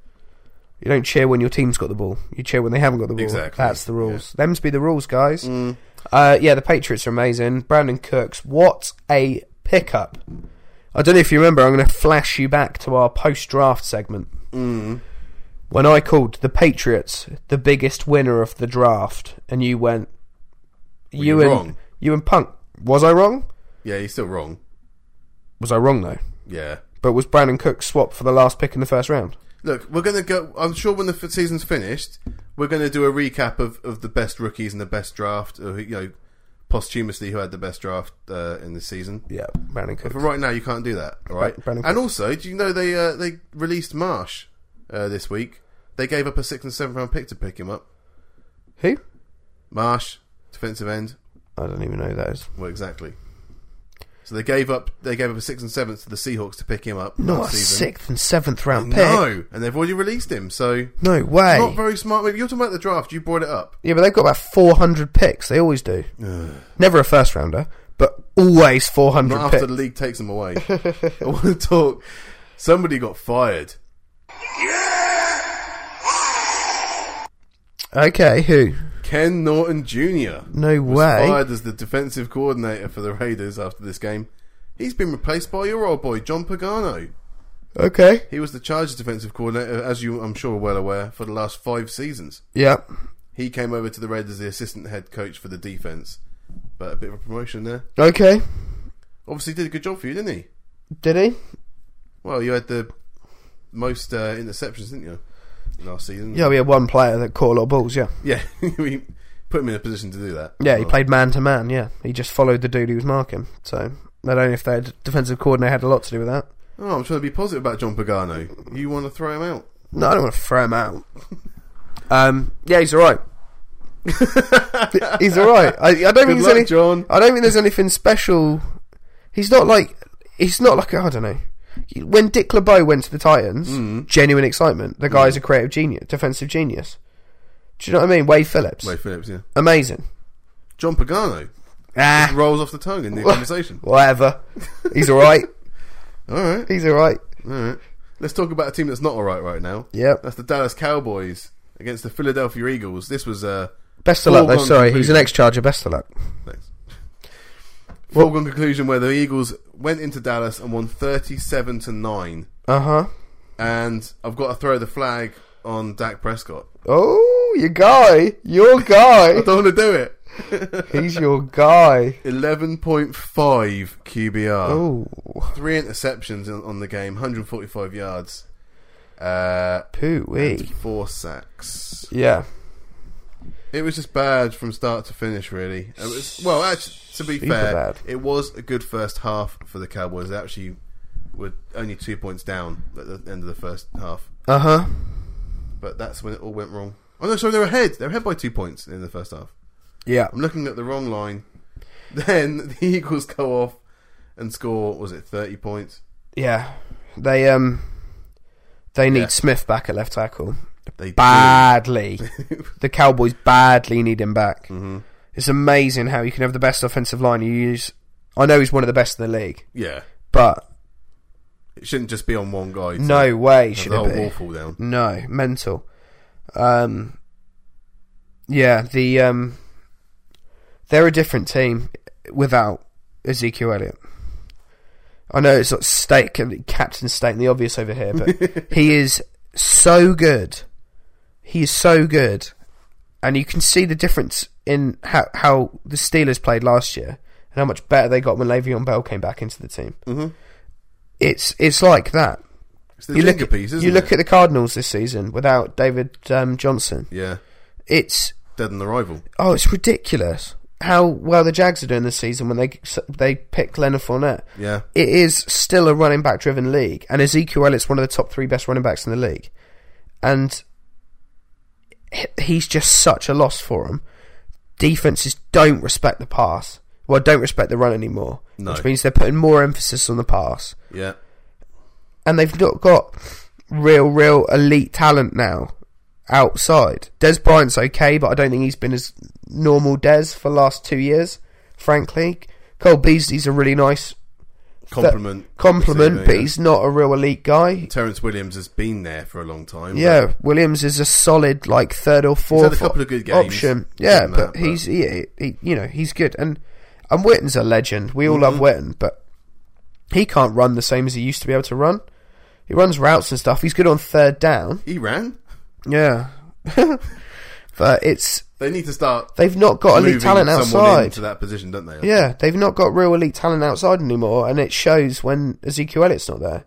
B: you don't cheer when your team's got the ball you cheer when they haven't got the ball
A: Exactly,
B: that's the rules them's be the rules guys uh, yeah the patriots are amazing brandon cooks what a pickup i don't know if you remember i'm going to flash you back to our post-draft segment when i called the patriots the biggest winner of the draft and you went
A: you
B: and
A: wrong?
B: you and punk was i wrong
A: yeah, you're still wrong.
B: was I wrong though?
A: Yeah.
B: But was Brandon Cook swapped for the last pick in the first round?
A: Look, we're going to go. I'm sure when the f- season's finished, we're going to do a recap of, of the best rookies and the best draft, or, who- you know, posthumously who had the best draft uh, in this season.
B: Yeah, Brandon Cook.
A: But right now, you can't do that, all right?
B: Ba- Brandon
A: and also, do you know they uh, they released Marsh uh, this week? They gave up a sixth and seventh round pick to pick him up.
B: Who?
A: Marsh, defensive end.
B: I don't even know who that is.
A: Well, exactly. So they gave up. They gave up a sixth and seventh to the Seahawks to pick him up.
B: Not
A: last
B: a
A: season.
B: sixth and seventh round pick. No,
A: No, and they've already released him. So
B: way.
A: not very smart. move. You're talking about the draft. You brought it up.
B: yeah, but they've got about 400 picks. They always do. Never a first rounder, but always 400
A: Not
B: picks.
A: after the league takes them away. I want to talk. Somebody got fired.
B: Okay, who?
A: Ken Norton Jr.
B: No
A: was
B: way.
A: fired as the defensive coordinator for the Raiders after this game. He's been replaced by your old boy John Pagano.
B: Okay.
A: He was the Chargers defensive coordinator, as you I'm sure are well aware, for the last five seasons.
B: Yeah.
A: He came over to the Raiders as the assistant head coach for the defense. But a bit of a promotion there.
B: Okay.
A: Obviously, did a good job for you, didn't he?
B: Did he?
A: Well, you had the most uh, interceptions, didn't you, last season?
B: Yeah, we had one player that caught a lot of balls, yeah.
A: Yeah, we put him in a position to do that. Oh.
B: Yeah, he
A: Well,
B: played man to man, yeah. He just followed the dude he was marking. So, I don't know if their d- defensive coordinator had a lot to do with that.
A: Oh, I'm trying to be positive about John Pagano. You want to throw him out?
B: No, I don't want to throw him out. Um, yeah, he's alright. he's alright. I, I don't think
A: Good
B: there's
A: luck,
B: any,
A: John.
B: I don't think there's anything special. He's not like he's not like I don't know. When Dick LeBeau went to the Titans,
A: Mm.
B: genuine excitement. The guy's a creative genius, defensive genius. Do you know what I mean? Wade Phillips,
A: Wade Phillips, yeah.
B: amazing.
A: John Pagano
B: Ah,
A: rolls off the tongue in the conversation.
B: whatever. He's all right.
A: All right,
B: He's all right.
A: all right. Let's talk about a team that's not all right right now.
B: Yep.
A: That's the Dallas Cowboys against the Philadelphia Eagles. This was uh,
B: Best of luck, though.
A: Foregone
B: Sorry, he's
A: conclusion.
B: an ex-charger. Best of luck.
A: Thanks. Foregone conclusion where the Eagles went into Dallas and won thirty-seven to nine.
B: Uh huh.
A: And I've got to throw the flag on Dak Prescott.
B: Oh, your guy, your
A: I
B: guy.
A: don't want to do it.
B: he's your guy.
A: Eleven point five QBR.
B: Oh,
A: Three interceptions on, on the game. One hundred forty-five yards. Uh,
B: poo
A: and
B: wee.
A: four sacks.
B: Yeah.
A: It was just bad from start to finish, really. It was, well, actually, to be
B: Super
A: fair,
B: bad.
A: it was a good first half for the Cowboys. They actually were only two points down at the end of the first half,
B: Uh
A: Uh-huh.
B: huh.
A: but that's when it all went wrong. Oh no, sorry, they were ahead. They were ahead by two points in the first half.
B: Yeah.
A: I'm looking at the wrong line. Then the Eagles go off and score. Was it 30 points?
B: Yeah, they um, they need
A: Yeah.
B: Smith back at left tackle
A: They
B: badly.
A: do.
B: the Cowboys badly need him back.
A: Mm-hmm.
B: It's amazing how you can have the best offensive line. You use, I know he's one of the best in the league,
A: yeah,
B: but
A: it shouldn't just be on one guy. to
B: no way
A: have
B: should
A: the
B: it
A: whole
B: be.
A: wall fall down.
B: No, mental. Um, yeah, the um, they're a different team without Ezekiel Elliott. I know it's not state captain stating the obvious over here, but he is so good. He is so good, and you can see the difference in how how the Steelers played last year and how much better they got when Le'Veon Bell came back into the team. Mm-hmm. It's it's like that
A: It's the
B: look,
A: Jenga
B: at-
A: piece, isn't
B: you look
A: it?
B: at the Cardinals this season without David um, Johnson.
A: yeah,
B: It's
A: dead on the rival.
B: oh, it's ridiculous how well the Jags are doing this season when they they pick Leonard Fournette.
A: Yeah,
B: It is still a running back driven league, and Ezekiel Elliott's one of the top three best running backs in the league, and he- he's just such a loss for them. Defenses don't respect the pass. Well, don't respect the run anymore,
A: No.
B: which means they're putting more emphasis on the pass
A: yeah.
B: and they've not got real, real elite talent now outside. Des Bryant's okay, but I don't think he's been as normal Des for the last two years, frankly. Cole Beasley's a really nice
A: Compliment.
B: compliment,
A: receiver,
B: but
A: yeah.
B: he's not a real elite guy.
A: Terrence Williams has been there for a long time. but
B: Yeah, Williams is a solid like third or
A: He's had
B: fourth
A: a couple of good games.
B: option. Yeah,
A: Given
B: but
A: that,
B: he's he, he, you know he's good and and Witten's a legend. We all love
A: Mm-hmm.
B: Witten, but he can't run the same as he used to be able to run. He runs routes and stuff. He's good on third down.
A: He ran.
B: Yeah, but it's
A: They need to start
B: they've not got
A: moving
B: elite talent
A: someone
B: outside.
A: into that position, don't they?
B: Yeah, they've not got real elite talent outside anymore, and it shows when Ezekiel Elliott's not there.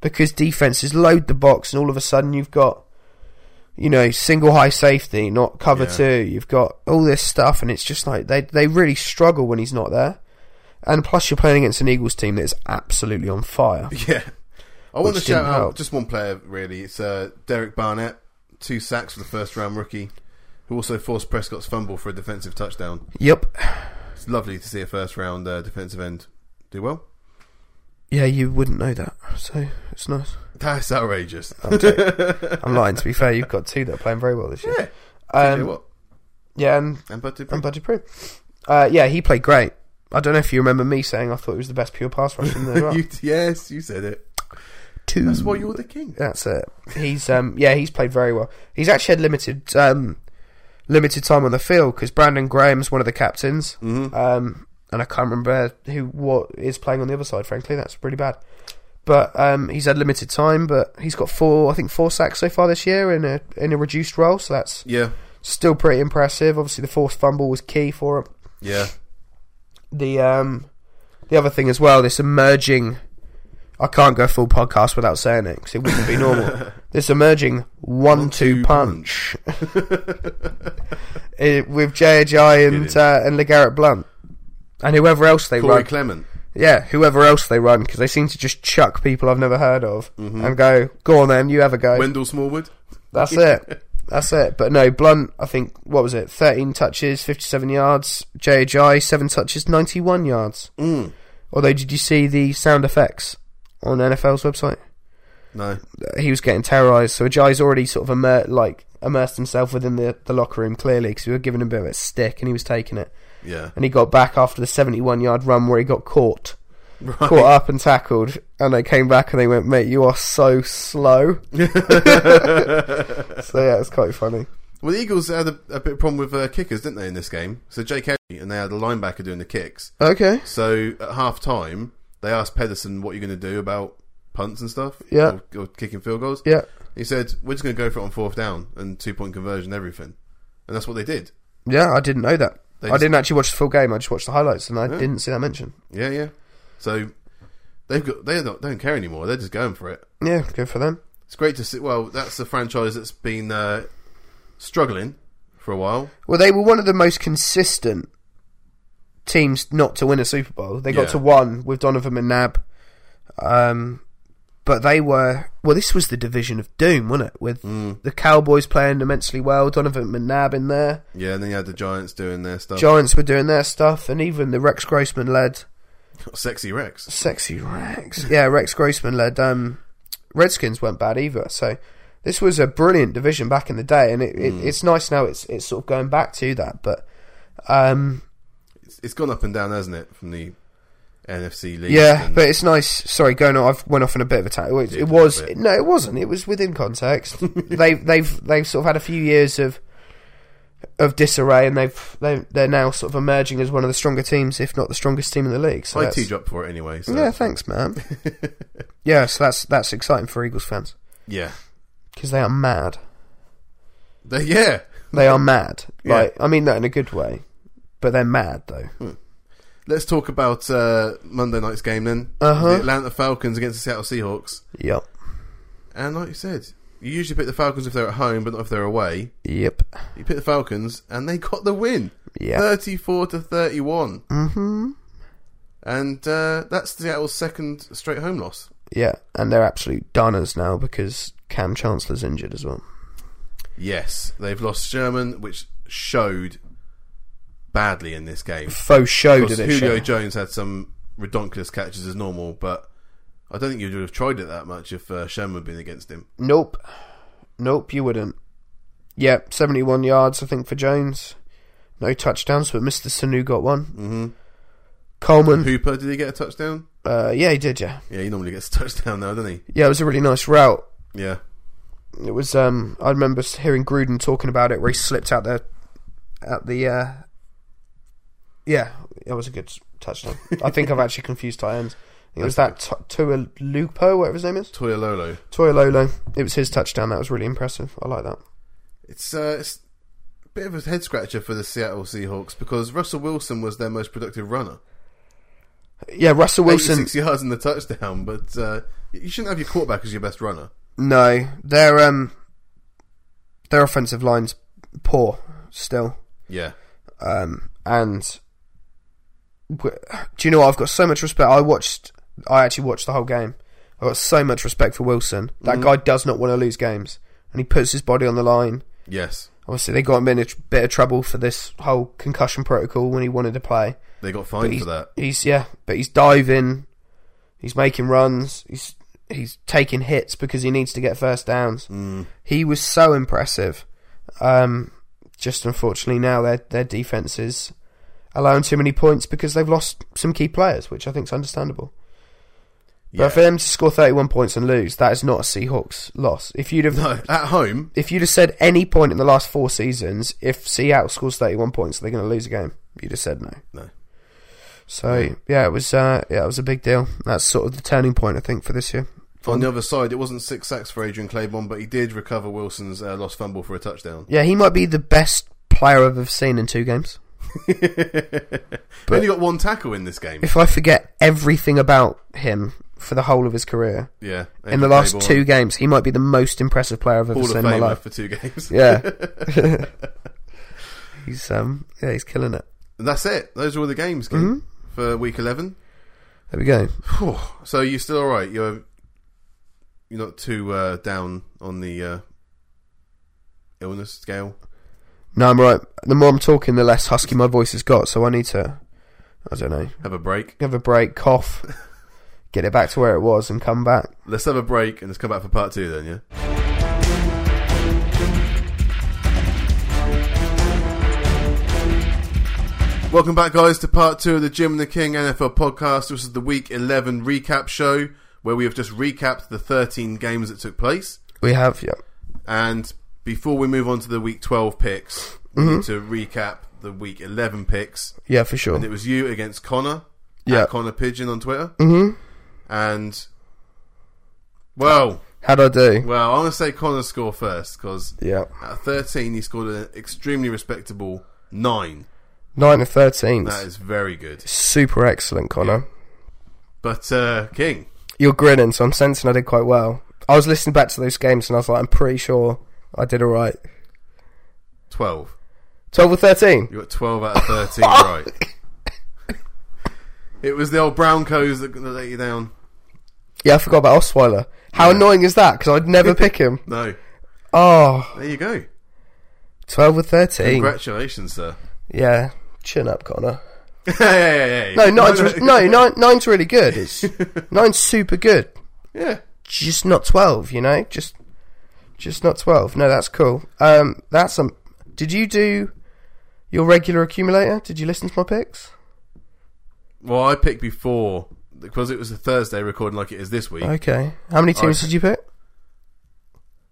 B: Because defenses load the box, and all of a sudden you've got, you know, single high safety, not cover
A: Yeah.
B: two. You've got all this stuff, and it's just like they they really struggle when he's not there. And plus, you're playing against an Eagles team that is absolutely on fire.
A: Yeah. I want to
B: Which didn't
A: shout out
B: help.
A: just one player really. It's uh, Derek Barnett, two sacks for the first round rookie, who also forced Prescott's fumble for a defensive touchdown.
B: Yep.
A: It's lovely to see a first round uh, defensive end do well.
B: Yeah, you wouldn't know that, so it's nice.
A: That's outrageous.
B: I'm, joking. I'm lying. To be fair, you've got two that are playing very well this year.
A: Yeah.
B: Um,
A: do what?
B: yeah, and
A: And but to
B: and Budgie Prim. Uh, yeah, he played great. I don't know if you remember me saying I thought he was the best pure pass rusher in the draft.
A: you, yes, you said it.
B: Two.
A: That's why you're the king.
B: That's it. He's um yeah he's played very well. He's actually had limited um limited time on the field because Brandon Graham's one of the captains.
A: Mm-hmm.
B: Um and I can't remember who what is playing on the other side. Frankly, that's pretty bad. But um he's had limited time, but he's got four I think four sacks so far this year in a in a reduced role. So that's
A: Yeah,
B: still pretty impressive. Obviously, the forced fumble was key for him.
A: yeah.
B: the um the other thing as well this emerging I can't go full podcast without saying it because it wouldn't be normal. this emerging
A: One-two
B: one-two punch It- with JHI and
A: Kidding.
B: uh, and Legarrette Blunt and whoever else they
A: Corey
B: run.
A: Clement.
B: yeah, whoever else they run because they seem to just chuck people I've never heard of and go, "Go on then, you have a go."
A: Wendell Smallwood.
B: That's it. That's it. But no, Blunt, I think, what was it? 13 touches, 57 yards. JHI, 7 touches, 91 yards.
A: Mm.
B: Although, did you see the sound effects on NFL's website?
A: No.
B: Uh, He was getting terrorised. So Ajay's already sort of immer- like immersed himself within the, the locker room clearly because we were giving him a bit of a stick and he was taking it.
A: Yeah.
B: And he got back after the 71 yard run where he got caught.
A: Right.
B: Caught up and tackled, and they came back and they went, "Mate, you are so slow." so yeah, it's quite funny.
A: Well, the Eagles had a, a bit of problem with uh, kickers, didn't they, in this game? So Jake Henry and they had a linebacker doing the kicks.
B: Okay,
A: So at half time, they asked Pedersen, "What are you going to do about punts and stuff?
B: Yeah.
A: or, or kicking field goals?"
B: yeah.
A: He said, "We're just going to go for it on fourth down and two point conversion, and everything." And that's what they did.
B: Yeah, I didn't know that.
A: They
B: I
A: just-
B: didn't actually watch the full game. I just watched the highlights, and I didn't see that mentioned.
A: Yeah, yeah. So they've got they're not, they don't care anymore. They're just going for it.
B: Yeah, good for them.
A: It's great to see. Well, that's a franchise that's been uh, struggling for a while.
B: Well, they were one of the most consistent teams not to win a Super Bowl. They got
A: Yeah.
B: to one with Donovan McNabb, um, but they were well. This was the division of doom, wasn't it? With
A: Mm.
B: the Cowboys playing immensely well, Donovan McNabb in there,
A: Yeah, and then you had the Giants doing their stuff.
B: Giants were doing their stuff, and even the Rex Grossman led
A: Sexy Rex.
B: sexy Rex. Yeah, Rex Grossman led. Um, Redskins weren't bad either. So this was a brilliant division back in the day, and it,
A: Mm.
B: it, it's nice now. It's it's sort of going back to that, but um,
A: It's, it's gone up and down, hasn't it, from the NFC league?
B: yeah,
A: and-
B: but it's nice. Sorry, going on. I've went off on a bit of a tangent. It, it
A: Did a
B: was
A: bit.
B: no, it wasn't. It was within context. they they've they've sort of had a few years of of disarray, and they've they they're now sort of emerging as one of the stronger teams, if not the strongest team in the league. So
A: I
B: that's-
A: teed you up for it anyway. So
B: yeah, thanks, man. yeah, so that's that's exciting for Eagles fans.
A: yeah,
B: because they are mad.
A: They- yeah.
B: They are mad.
A: Yeah. Hmm.
B: Like I mean that in a good way, but they're mad though.
A: Let's talk about uh, Monday night's game then.
B: Uh-huh.
A: The Atlanta Falcons against the Seattle Seahawks.
B: Yep.
A: And like you said, you usually pick the Falcons if they're at home, but not if they're away.
B: Yep.
A: You pick the Falcons, and they got the win,
B: Yeah.
A: thirty-four to thirty-one,
B: Mhm.
A: and uh, that's Seattle's second straight home loss.
B: Yeah, and they're absolute dunners now because Cam Chancellor's injured as well.
A: Yes, they've lost Sherman, which showed badly in this game.
B: Faux show
A: Because
B: did it.
A: Julio
B: Julio
A: Jones had some redonkulous catches as normal, but I don't think you would have tried it that much if uh, Sherman had been against him.
B: nope. Nope, you wouldn't. Yep, seventy-one yards I think for Jones. No touchdowns, but Mr. Sanu got one. Mm-hmm. Coleman,
A: Hooper, did he get a touchdown?
B: uh, yeah, he did, yeah,
A: Yeah, he normally gets a touchdown now, doesn't
B: yeah. It was a really nice route.
A: he? Yeah.
B: It was. Um, I remember hearing Gruden talking about it, where he slipped out the, at the. Uh, yeah, it was a good touchdown. I think I've actually confused tight ends. It was that t- Tua Lupo, whatever his name is,
A: Toya Lolo.
B: Tua Lolo. It was his touchdown. That was really impressive. I like that.
A: It's, uh, it's a bit of a head scratcher for the Seattle Seahawks because Russell Wilson was their most productive runner.
B: Yeah, Russell Wilson.
A: 86 yards in the touchdown, but uh, you shouldn't have your quarterback as your best runner.
B: No, their um, their offensive line's poor still.
A: Yeah.
B: Um, and w- do you know what? I've got so much respect. I watched. I actually watched the whole game. I've got so much respect for Wilson. That guy does not want to lose games, and he puts his body on the line.
A: Yes.
B: Obviously, they got him in a tr- bit of trouble for this whole concussion protocol when he wanted to play.
A: They got
B: But
A: fined
B: he's,
A: for that.
B: he's yeah, but he's diving, he's making runs, he's he's taking hits because he needs to get first downs.
A: Mm.
B: He was so impressive. Um, just unfortunately now their their defense is allowing too many points because they've lost some key players, which I think is understandable.
A: Yeah.
B: But for them to score thirty one points and lose, that is not a Seahawks loss. If you'd have
A: No, at home,
B: if you'd have said any point in the last four seasons, if Seattle scores 31 points, they're going to lose a game. You'd have said no.
A: No.
B: So yeah, it was uh, yeah, it was a big deal. That's sort of the turning point I think for this year.
A: on the other side, it wasn't six sacks for Adrian Claiborne, but he did recover Wilson's uh, lost fumble for a touchdown.
B: Yeah, he might be the best player I've ever seen in two games.
A: But only got one tackle in this game.
B: If I forget everything about him for the whole of his career,
A: Yeah,
B: in the last two games, he might be the most impressive player I've ever
A: Hall of
B: seen in my
A: Famer
B: life.
A: for two games.
B: Yeah. he's um yeah, he's killing it.
A: And that's it. Those are all the games Keith, for week eleven.
B: There we go.
A: Phew. So you're still all right. You're you're not too uh, down on the uh, illness scale.
B: No, I'm right. The more I'm talking, the less husky my voice has got. So I need to, I don't know,
A: Have a break.
B: have a break, cough, get it back to where it was, and come back.
A: Let's have a break and let's come back for part two then. Yeah. Welcome back, guys, to part two of the Jim and the King NFL podcast. This is the week eleven recap show where we have just recapped the thirteen games that took place.
B: We have, yeah,
A: And before we move on to the week 12 picks, we need to recap the week 11 picks.
B: yeah, for sure.
A: And it was you against Connor.
B: Yeah.
A: at Connor Pigeon on Twitter. Mm-hmm. And, well,
B: How'd I do?
A: well, I'm going to say Connor's score first because
B: Yeah,
A: at 13, he scored an extremely respectable nine.
B: nine of thirteen,
A: That is very good.
B: super excellent, Connor.
A: But, uh, King,
B: You're grinning, so I'm sensing I did quite well. I was listening back to those games, and I was like, I'm pretty sure I did all right.
A: 12.
B: Twelve or thirteen?
A: You got 12 out of 13 right. It was the old Brownco's that, that let you down.
B: Yeah, I forgot about Osweiler. How annoying is that? Because I'd never pick him.
A: No.
B: Oh,
A: There you go.
B: 12 or thirteen.
A: Congratulations, sir.
B: yeah, chin up, Connor.
A: hey, hey, hey.
B: No, nine's re- no, nine, nine's really good. It's nine's super good.
A: Yeah.
B: Just not twelve, you know. Just, just not twelve. No, that's cool. Um, that's um. Did you do your regular accumulator? Did you listen to my picks?
A: Well, I picked before because it was a Thursday recording, like it is this week.
B: Okay. How many teams
A: Okay.
B: did you pick?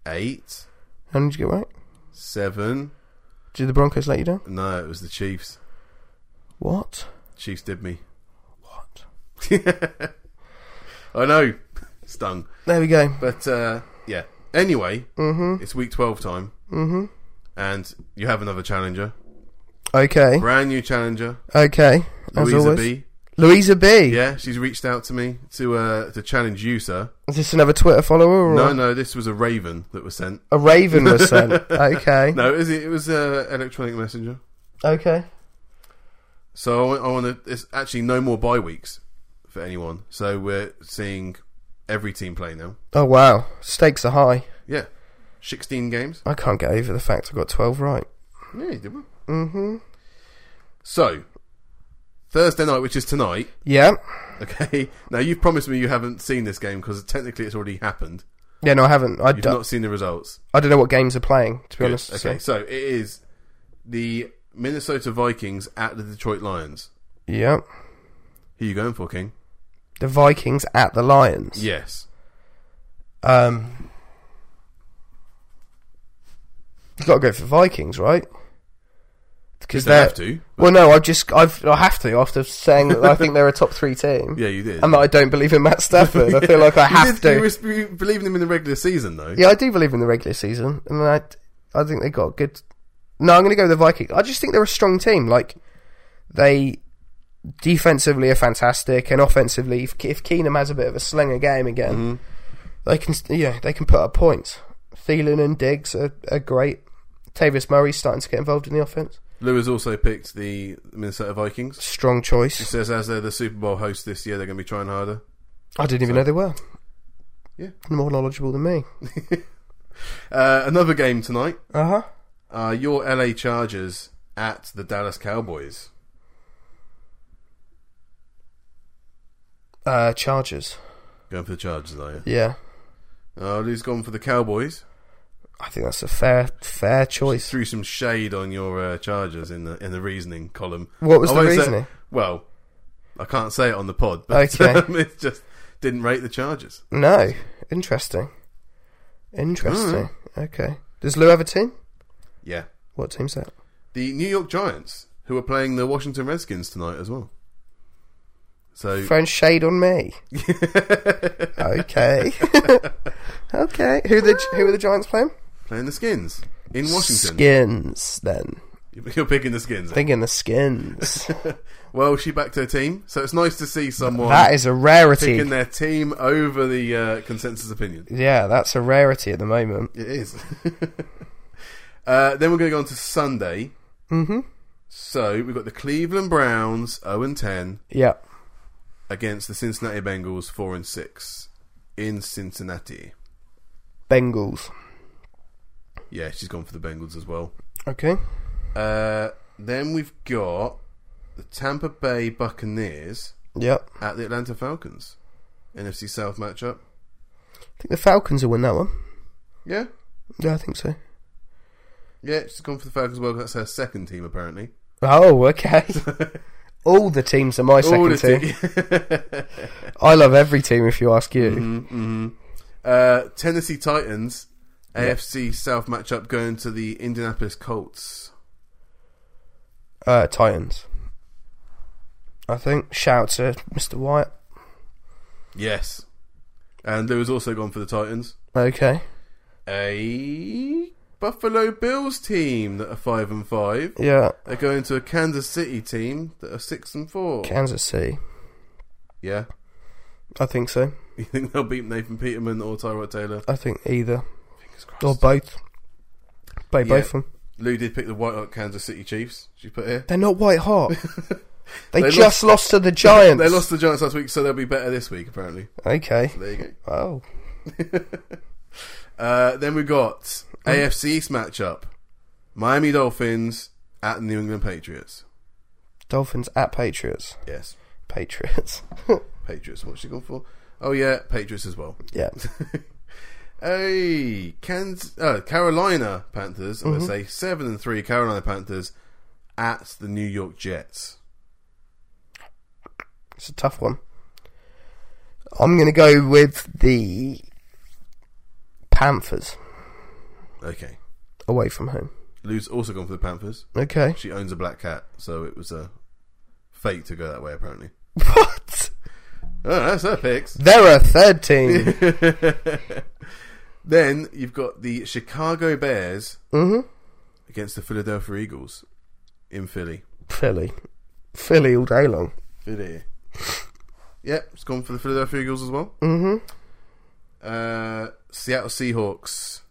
A: Eight,
B: How many did you get right?
A: seven.
B: Did the Broncos let you down?
A: No, it was the Chiefs.
B: What?
A: Chiefs did me.
B: What?
A: I know, stung.
B: There we go.
A: But uh, yeah. Anyway, it's week twelve time, mm-hmm. and you have another challenger,
B: Okay.
A: brand new challenger,
B: Okay. As
A: Louisa
B: always,
A: B.
B: Louisa B.
A: Yeah, she's reached out to me to uh, to challenge you, sir.
B: Is this another Twitter follower or
A: No, no, this was a Raven that was sent.
B: a Raven was sent? okay.
A: No, it was, it was uh, electronic messenger.
B: Okay.
A: So I, want to. It's actually no more bye weeks for anyone. So we're seeing every team play now.
B: Oh wow, stakes are high.
A: Yeah, sixteen games.
B: I can't get over the fact I got twelve right.
A: Yeah, you did Mm-hmm. So Thursday night, which is tonight.
B: Yeah.
A: Okay. Now you've promised me you haven't seen this game because technically it's already happened.
B: Yeah, no, I haven't. I,
A: You've
B: don't-
A: not seen the results.
B: I don't know what games are playing, to be
A: Good.
B: honest.
A: Okay. So it is the Minnesota Vikings at the Detroit Lions.
B: So. Yeah.
A: Who you going for, King?
B: The Vikings at the Lions.
A: Yes.
B: Um, you got to go for Vikings, right? Because
A: They have to.
B: Well, no, I've just I've I have to after saying that I think they're a top three team.
A: Yeah, you did.
B: And that I don't believe in Matt Stafford. I feel like I
A: You did-
B: have to.
A: You, were, you believe in them in the regular season, though.
B: Yeah, I do believe in the regular season, and I, I think they got a good. No, I'm going to go with the Vikings. I just think they're a strong team. Like they defensively are fantastic, and offensively, if, if Keenum has a bit of a slinger game again, they can yeah they can put up points. Thielen and Diggs are, are great. Tavis Murray's starting to get involved in the offense.
A: Lou has also picked the Minnesota Vikings.
B: Strong
A: He
B: choice.
A: says as they're the Super Bowl hosts this year, they're going to be trying harder.
B: I didn't even know they were.
A: Yeah.
B: more knowledgeable than me.
A: Uh, another game tonight.
B: Uh huh.
A: are your LA Chargers at the Dallas Cowboys?
B: Uh, Chargers.
A: Going for the Chargers, are you?
B: Yeah,
A: Uh, Lou's gone for the Cowboys.
B: I think that's a fair fair choice.
A: Threw some shade on your uh, Chargers in the in the reasoning column.
B: What was
A: I
B: the
A: won't say-
B: reasoning?
A: well, I can't say it on the pod, but
B: Okay.
A: um, it just didn't rate the Chargers.
B: No, interesting, interesting.
A: Hmm.
B: Okay, does Lou have a team?
A: Yeah,
B: What team's that?
A: the New York Giants, who are playing the Washington Redskins tonight as well. So
B: Throwing shade on me. okay, okay. Who the who are the Giants playing?
A: playing the Skins in Washington.
B: Skins. Then
A: You're picking the Skins.
B: thinking the skins.
A: Well, she backed her team, so it's nice to see someone
B: that is a rarity.
A: picking their team over the uh, consensus opinion.
B: yeah, that's a rarity at the moment.
A: It is. uh, then we're going to go on to Sunday.
B: Mm-hmm.
A: So we've got the Cleveland Browns 0 and 10
B: Yeah.
A: against the Cincinnati Bengals 4 and 6 in Cincinnati.
B: Bengals.
A: Yeah, she's gone for the Bengals as well.
B: Okay.
A: Uh, then we've got the Tampa Bay Buccaneers
B: Yep.
A: at the Atlanta Falcons. NFC South matchup.
B: I think the Falcons will win that one.
A: Yeah.
B: Yeah, I think so.
A: Yeah, she's gone for the Falcons as well. 'cause That's her second team, apparently.
B: Oh, okay. All the teams are
A: All
B: my second
A: the
B: team.
A: team-
B: I love every team if you ask you.
A: Uh, Tennessee Titans, AFC South matchup going to the Indianapolis Colts.
B: Uh, Titans. I think. Shout to Mr. Wyatt.
A: Yes. And Lou has also gone for the Titans.
B: Okay.
A: A Buffalo Bills team that are five and five.
B: Yeah.
A: They're going to a Kansas City team that are six and four.
B: Kansas City.
A: yeah.
B: I think so.
A: You think they'll beat Nathan Peterman or Tyrod Taylor?
B: I think either.
A: Fingers
B: Or
A: crossed.
B: both. Play
A: Yeah.
B: both of them.
A: Lou did pick the White Hot Kansas City Chiefs. She put here.
B: They're not white hot. They,
A: They
B: just lost, to the Giants.
A: They lost to the Giants last week, so they'll be better this week. Apparently,
B: Okay.
A: there you go.
B: Oh.
A: Uh, then we got AFC East matchup: Miami Dolphins at New England Patriots.
B: Dolphins at Patriots.
A: Yes,
B: Patriots.
A: Patriots. What's she gone for? Oh yeah, Patriots as well.
B: yeah.
A: Hey, Kansas, uh, Carolina Panthers. I'm gonna say seven and three. Carolina Panthers at the New York Jets.
B: It's a tough one. I'm going to go with the Panthers
A: Okay,
B: away from home.
A: Lou's also gone for the Panthers.
B: Okay.
A: She owns a black cat, so it was a fate to go that way. Apparently,
B: What?
A: oh, that's her picks.
B: They're a third team.
A: Then you've got the Chicago Bears
B: hmm
A: against the Philadelphia Eagles in Philly.
B: Philly. Philly all day long.
A: Philly. yep, it's gone for the Philadelphia Eagles as well.
B: hmm
A: Uh, Seattle Seahawks.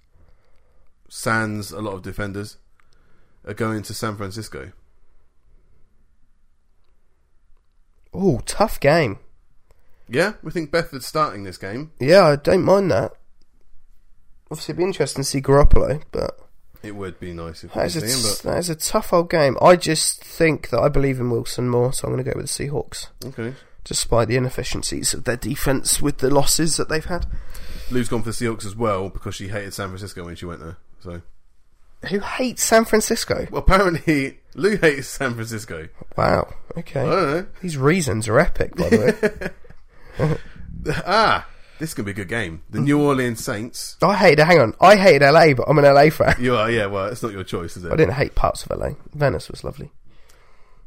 A: Sans a lot of defenders are going to San Francisco.
B: Oh, tough game.
A: Yeah, we think Bedford's starting this game.
B: Yeah, I don't mind that. Obviously, it'd be interesting to see Garoppolo, but
A: It would be nice if we
B: that is,
A: see
B: a,
A: him,
B: t- that is a tough old game. I just think that I believe in Wilson more, so I'm going to go with the Seahawks,
A: but okay.
B: despite the inefficiencies of their defense with the losses that they've had.
A: Lou's gone for the Seahawks as well because she hated San Francisco when she went there. So,
B: Who hates San Francisco?
A: well, apparently Lou hates San Francisco.
B: Wow.
A: I
B: Okay.
A: don't know.
B: These reasons are epic, by the way.
A: Ah, this can be a good game. The New Orleans Saints.
B: I hated. Hang on. I hated LA, but I'm an LA fan.
A: You are, yeah. Well, it's not your choice, is
B: I
A: it?
B: didn't hate parts of LA. Venice was lovely.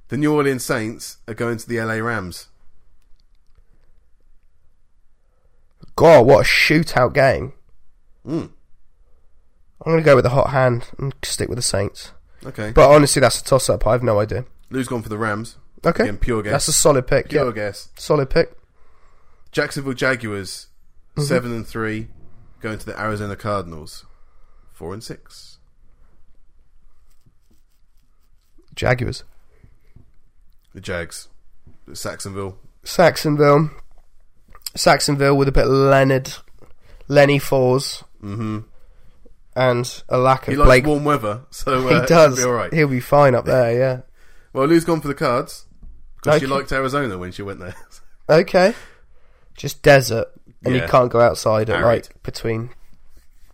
A: The New Orleans Saints are going to the LA Rams.
B: God, what a shootout game!
A: Mm.
B: I'm going to go with the hot hand and stick with the Saints.
A: Okay.
B: But honestly, that's a toss-up. I have no idea.
A: Lou's gone for the Rams.
B: Okay,
A: Again, pure guess.
B: that's a solid pick.
A: pure
B: Yeah,
A: guess.
B: solid pick.
A: Jacksonville Jaguars,
B: Mm-hmm.
A: seven and three, going to the Arizona Cardinals, four and six.
B: Jaguars,
A: The Jags, Saxonville.
B: Saxonville, Saxonville with a bit of Leonard, Lenny Fours.
A: hmm
B: and a lack of
A: He likes
B: Blake.
A: warm weather, so uh,
B: he does.
A: Be all right.
B: He'll be fine up there. Yeah.
A: Well, Lou's gone for the cards because she
B: Okay.
A: liked Arizona when she went there.
B: Okay. Just desert, and
A: Yeah.
B: you can't go outside at
A: Arid.
B: like between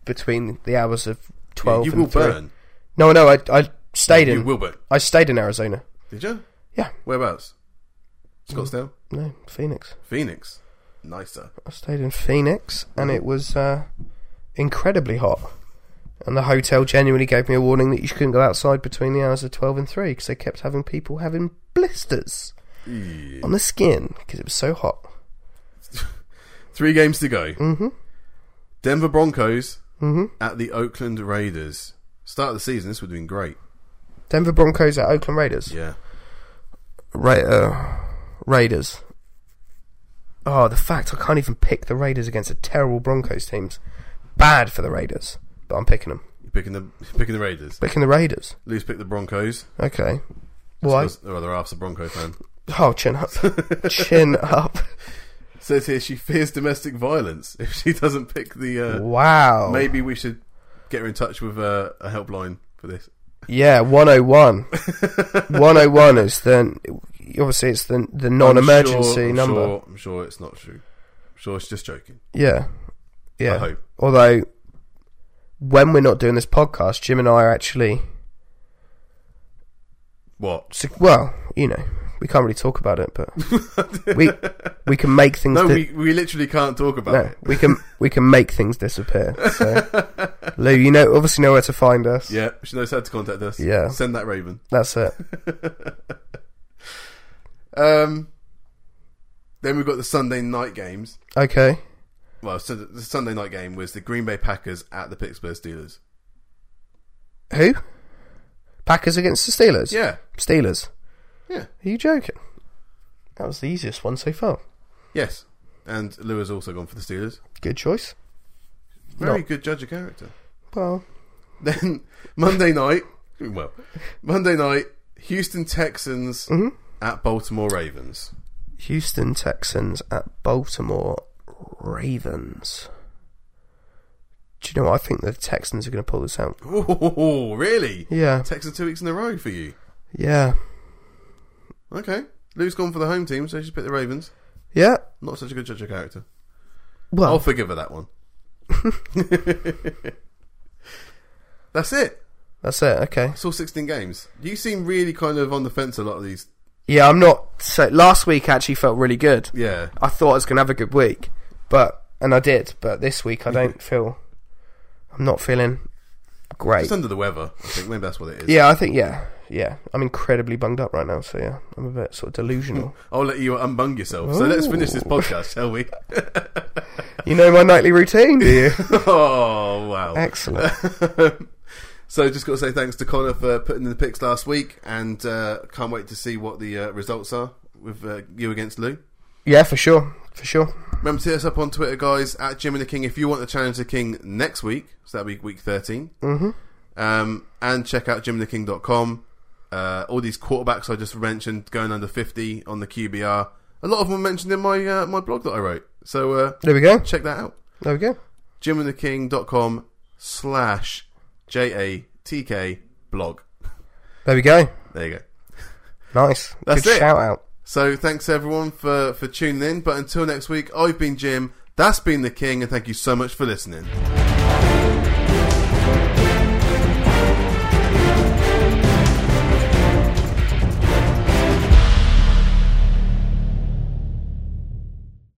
B: between the hours of twelve.
A: you
B: and
A: will
B: 3.
A: burn.
B: No, no, I I stayed
A: You
B: in.
A: will burn.
B: I stayed in Arizona.
A: Did you?
B: Yeah.
A: Whereabouts? Scottsdale,
B: No, Phoenix.
A: Phoenix, nicer.
B: I stayed in Phoenix, and it was uh, incredibly hot. And the hotel genuinely gave me a warning that you couldn't go outside between the hours of twelve and three because they kept having people having blisters
A: Yeah.
B: on the skin because it was so hot.
A: Three games to go.
B: Mm-hmm.
A: Denver Broncos
B: Mm-hmm.
A: at the Oakland Raiders. Start of the season, this would have been great.
B: Denver Broncos at Oakland Raiders.
A: Yeah.
B: Ra- uh, Raiders. Oh, the fact I can't even pick the Raiders against the terrible Broncos teams. Bad for the Raiders, but I'm picking them.
A: You're picking the picking the Raiders.
B: Picking the Raiders.
A: Lou's picked the Broncos.
B: Okay. Why?
A: Or rather, half's a Bronco fan.
B: Oh, chin up. chin up.
A: Says here she fears domestic violence if she doesn't pick the. Uh,
B: Wow.
A: maybe we should get her in touch with uh, a helpline for this.
B: Yeah, 101. 101 is the obviously it's the the non-emergency
A: I'm sure- I'm
B: number.
A: Sure, I'm sure it's not true. I'm sure it's just joking.
B: Yeah. Yeah.
A: I hope.
B: Although, when we're not doing this podcast, Jim and I are actually
A: What?
B: sec- well, you know, we can't really talk about it, but we we can make things.
A: No,
B: di-
A: we, we literally can't talk about
B: no,
A: it.
B: we can we can make things disappear. So, Lou, you know, obviously know where to find us.
A: Yeah, she knows how to contact us.
B: Yeah.
A: Send that Raven.
B: That's it.
A: Um, then we've got the Sunday night games.
B: Okay.
A: Well, so the the Sunday night game was the Green Bay Packers at the Pittsburgh Steelers.
B: Who? Packers against the Steelers.
A: Yeah,
B: Steelers.
A: yeah,
B: Are you joking? That was the easiest one so far.
A: yes. And Lou has also gone for the Steelers.
B: Good choice.
A: Very
B: No.
A: good judge of character.
B: Well,
A: Then Monday night, well, Monday night, Houston Texans
B: Mm-hmm.
A: at Baltimore Ravens.
B: Houston Texans at Baltimore Ravens. Do you know what? I think the Texans are going to pull this out.
A: Oh, really?
B: Yeah.
A: Texans two weeks in a row for you.
B: Yeah.
A: Okay. Lou's gone for the home team, so she picked the Ravens.
B: Yeah.
A: Not such a good judge of character.
B: Well,
A: I'll
B: Oh,
A: forgive her that one. That's it.
B: that's it. Okay.
A: It's all 16 games. You seem really kind of on the fence a lot of these.
B: Yeah, I'm not. So last week actually felt really good.
A: Yeah.
B: I thought I was going to have a good week, but and I did. But this week I don't feel. I'm not feeling great.
A: It's under the weather. I think maybe that's what it is.
B: Yeah, I think yeah, yeah. I'm incredibly bunged up right now, so yeah, I'm a bit sort of delusional.
A: I'll let you unbung yourself. So let's finish this podcast, shall we?
B: you know my nightly routine, do you?
A: oh, wow.
B: Excellent.
A: so just got to say thanks to Connor for putting in the picks last week and uh, can't wait to see what the uh, results are with uh, you against Lou.
B: Yeah, for sure, for sure.
A: Remember to hit us up on Twitter, guys, at Jim and the King if you want to challenge the King next week. So that'll be week 13.
B: Mm-hmm.
A: Um, and check out jimandtheking.com. Uh, all these quarterbacks I just mentioned going under 50 on the QBR. A lot of them were mentioned in my uh, my blog that I wrote. So uh,
B: There we go.
A: check that out.
B: There we go.
A: jimandtheking.com slash J-A-T-K blog.
B: There we go.
A: There you go.
B: Nice.
A: That's
B: good
A: it.
B: shout out.
A: So thanks everyone for, for tuning in. But until next week, I've been Jim. That's been the King. And thank you so much for listening.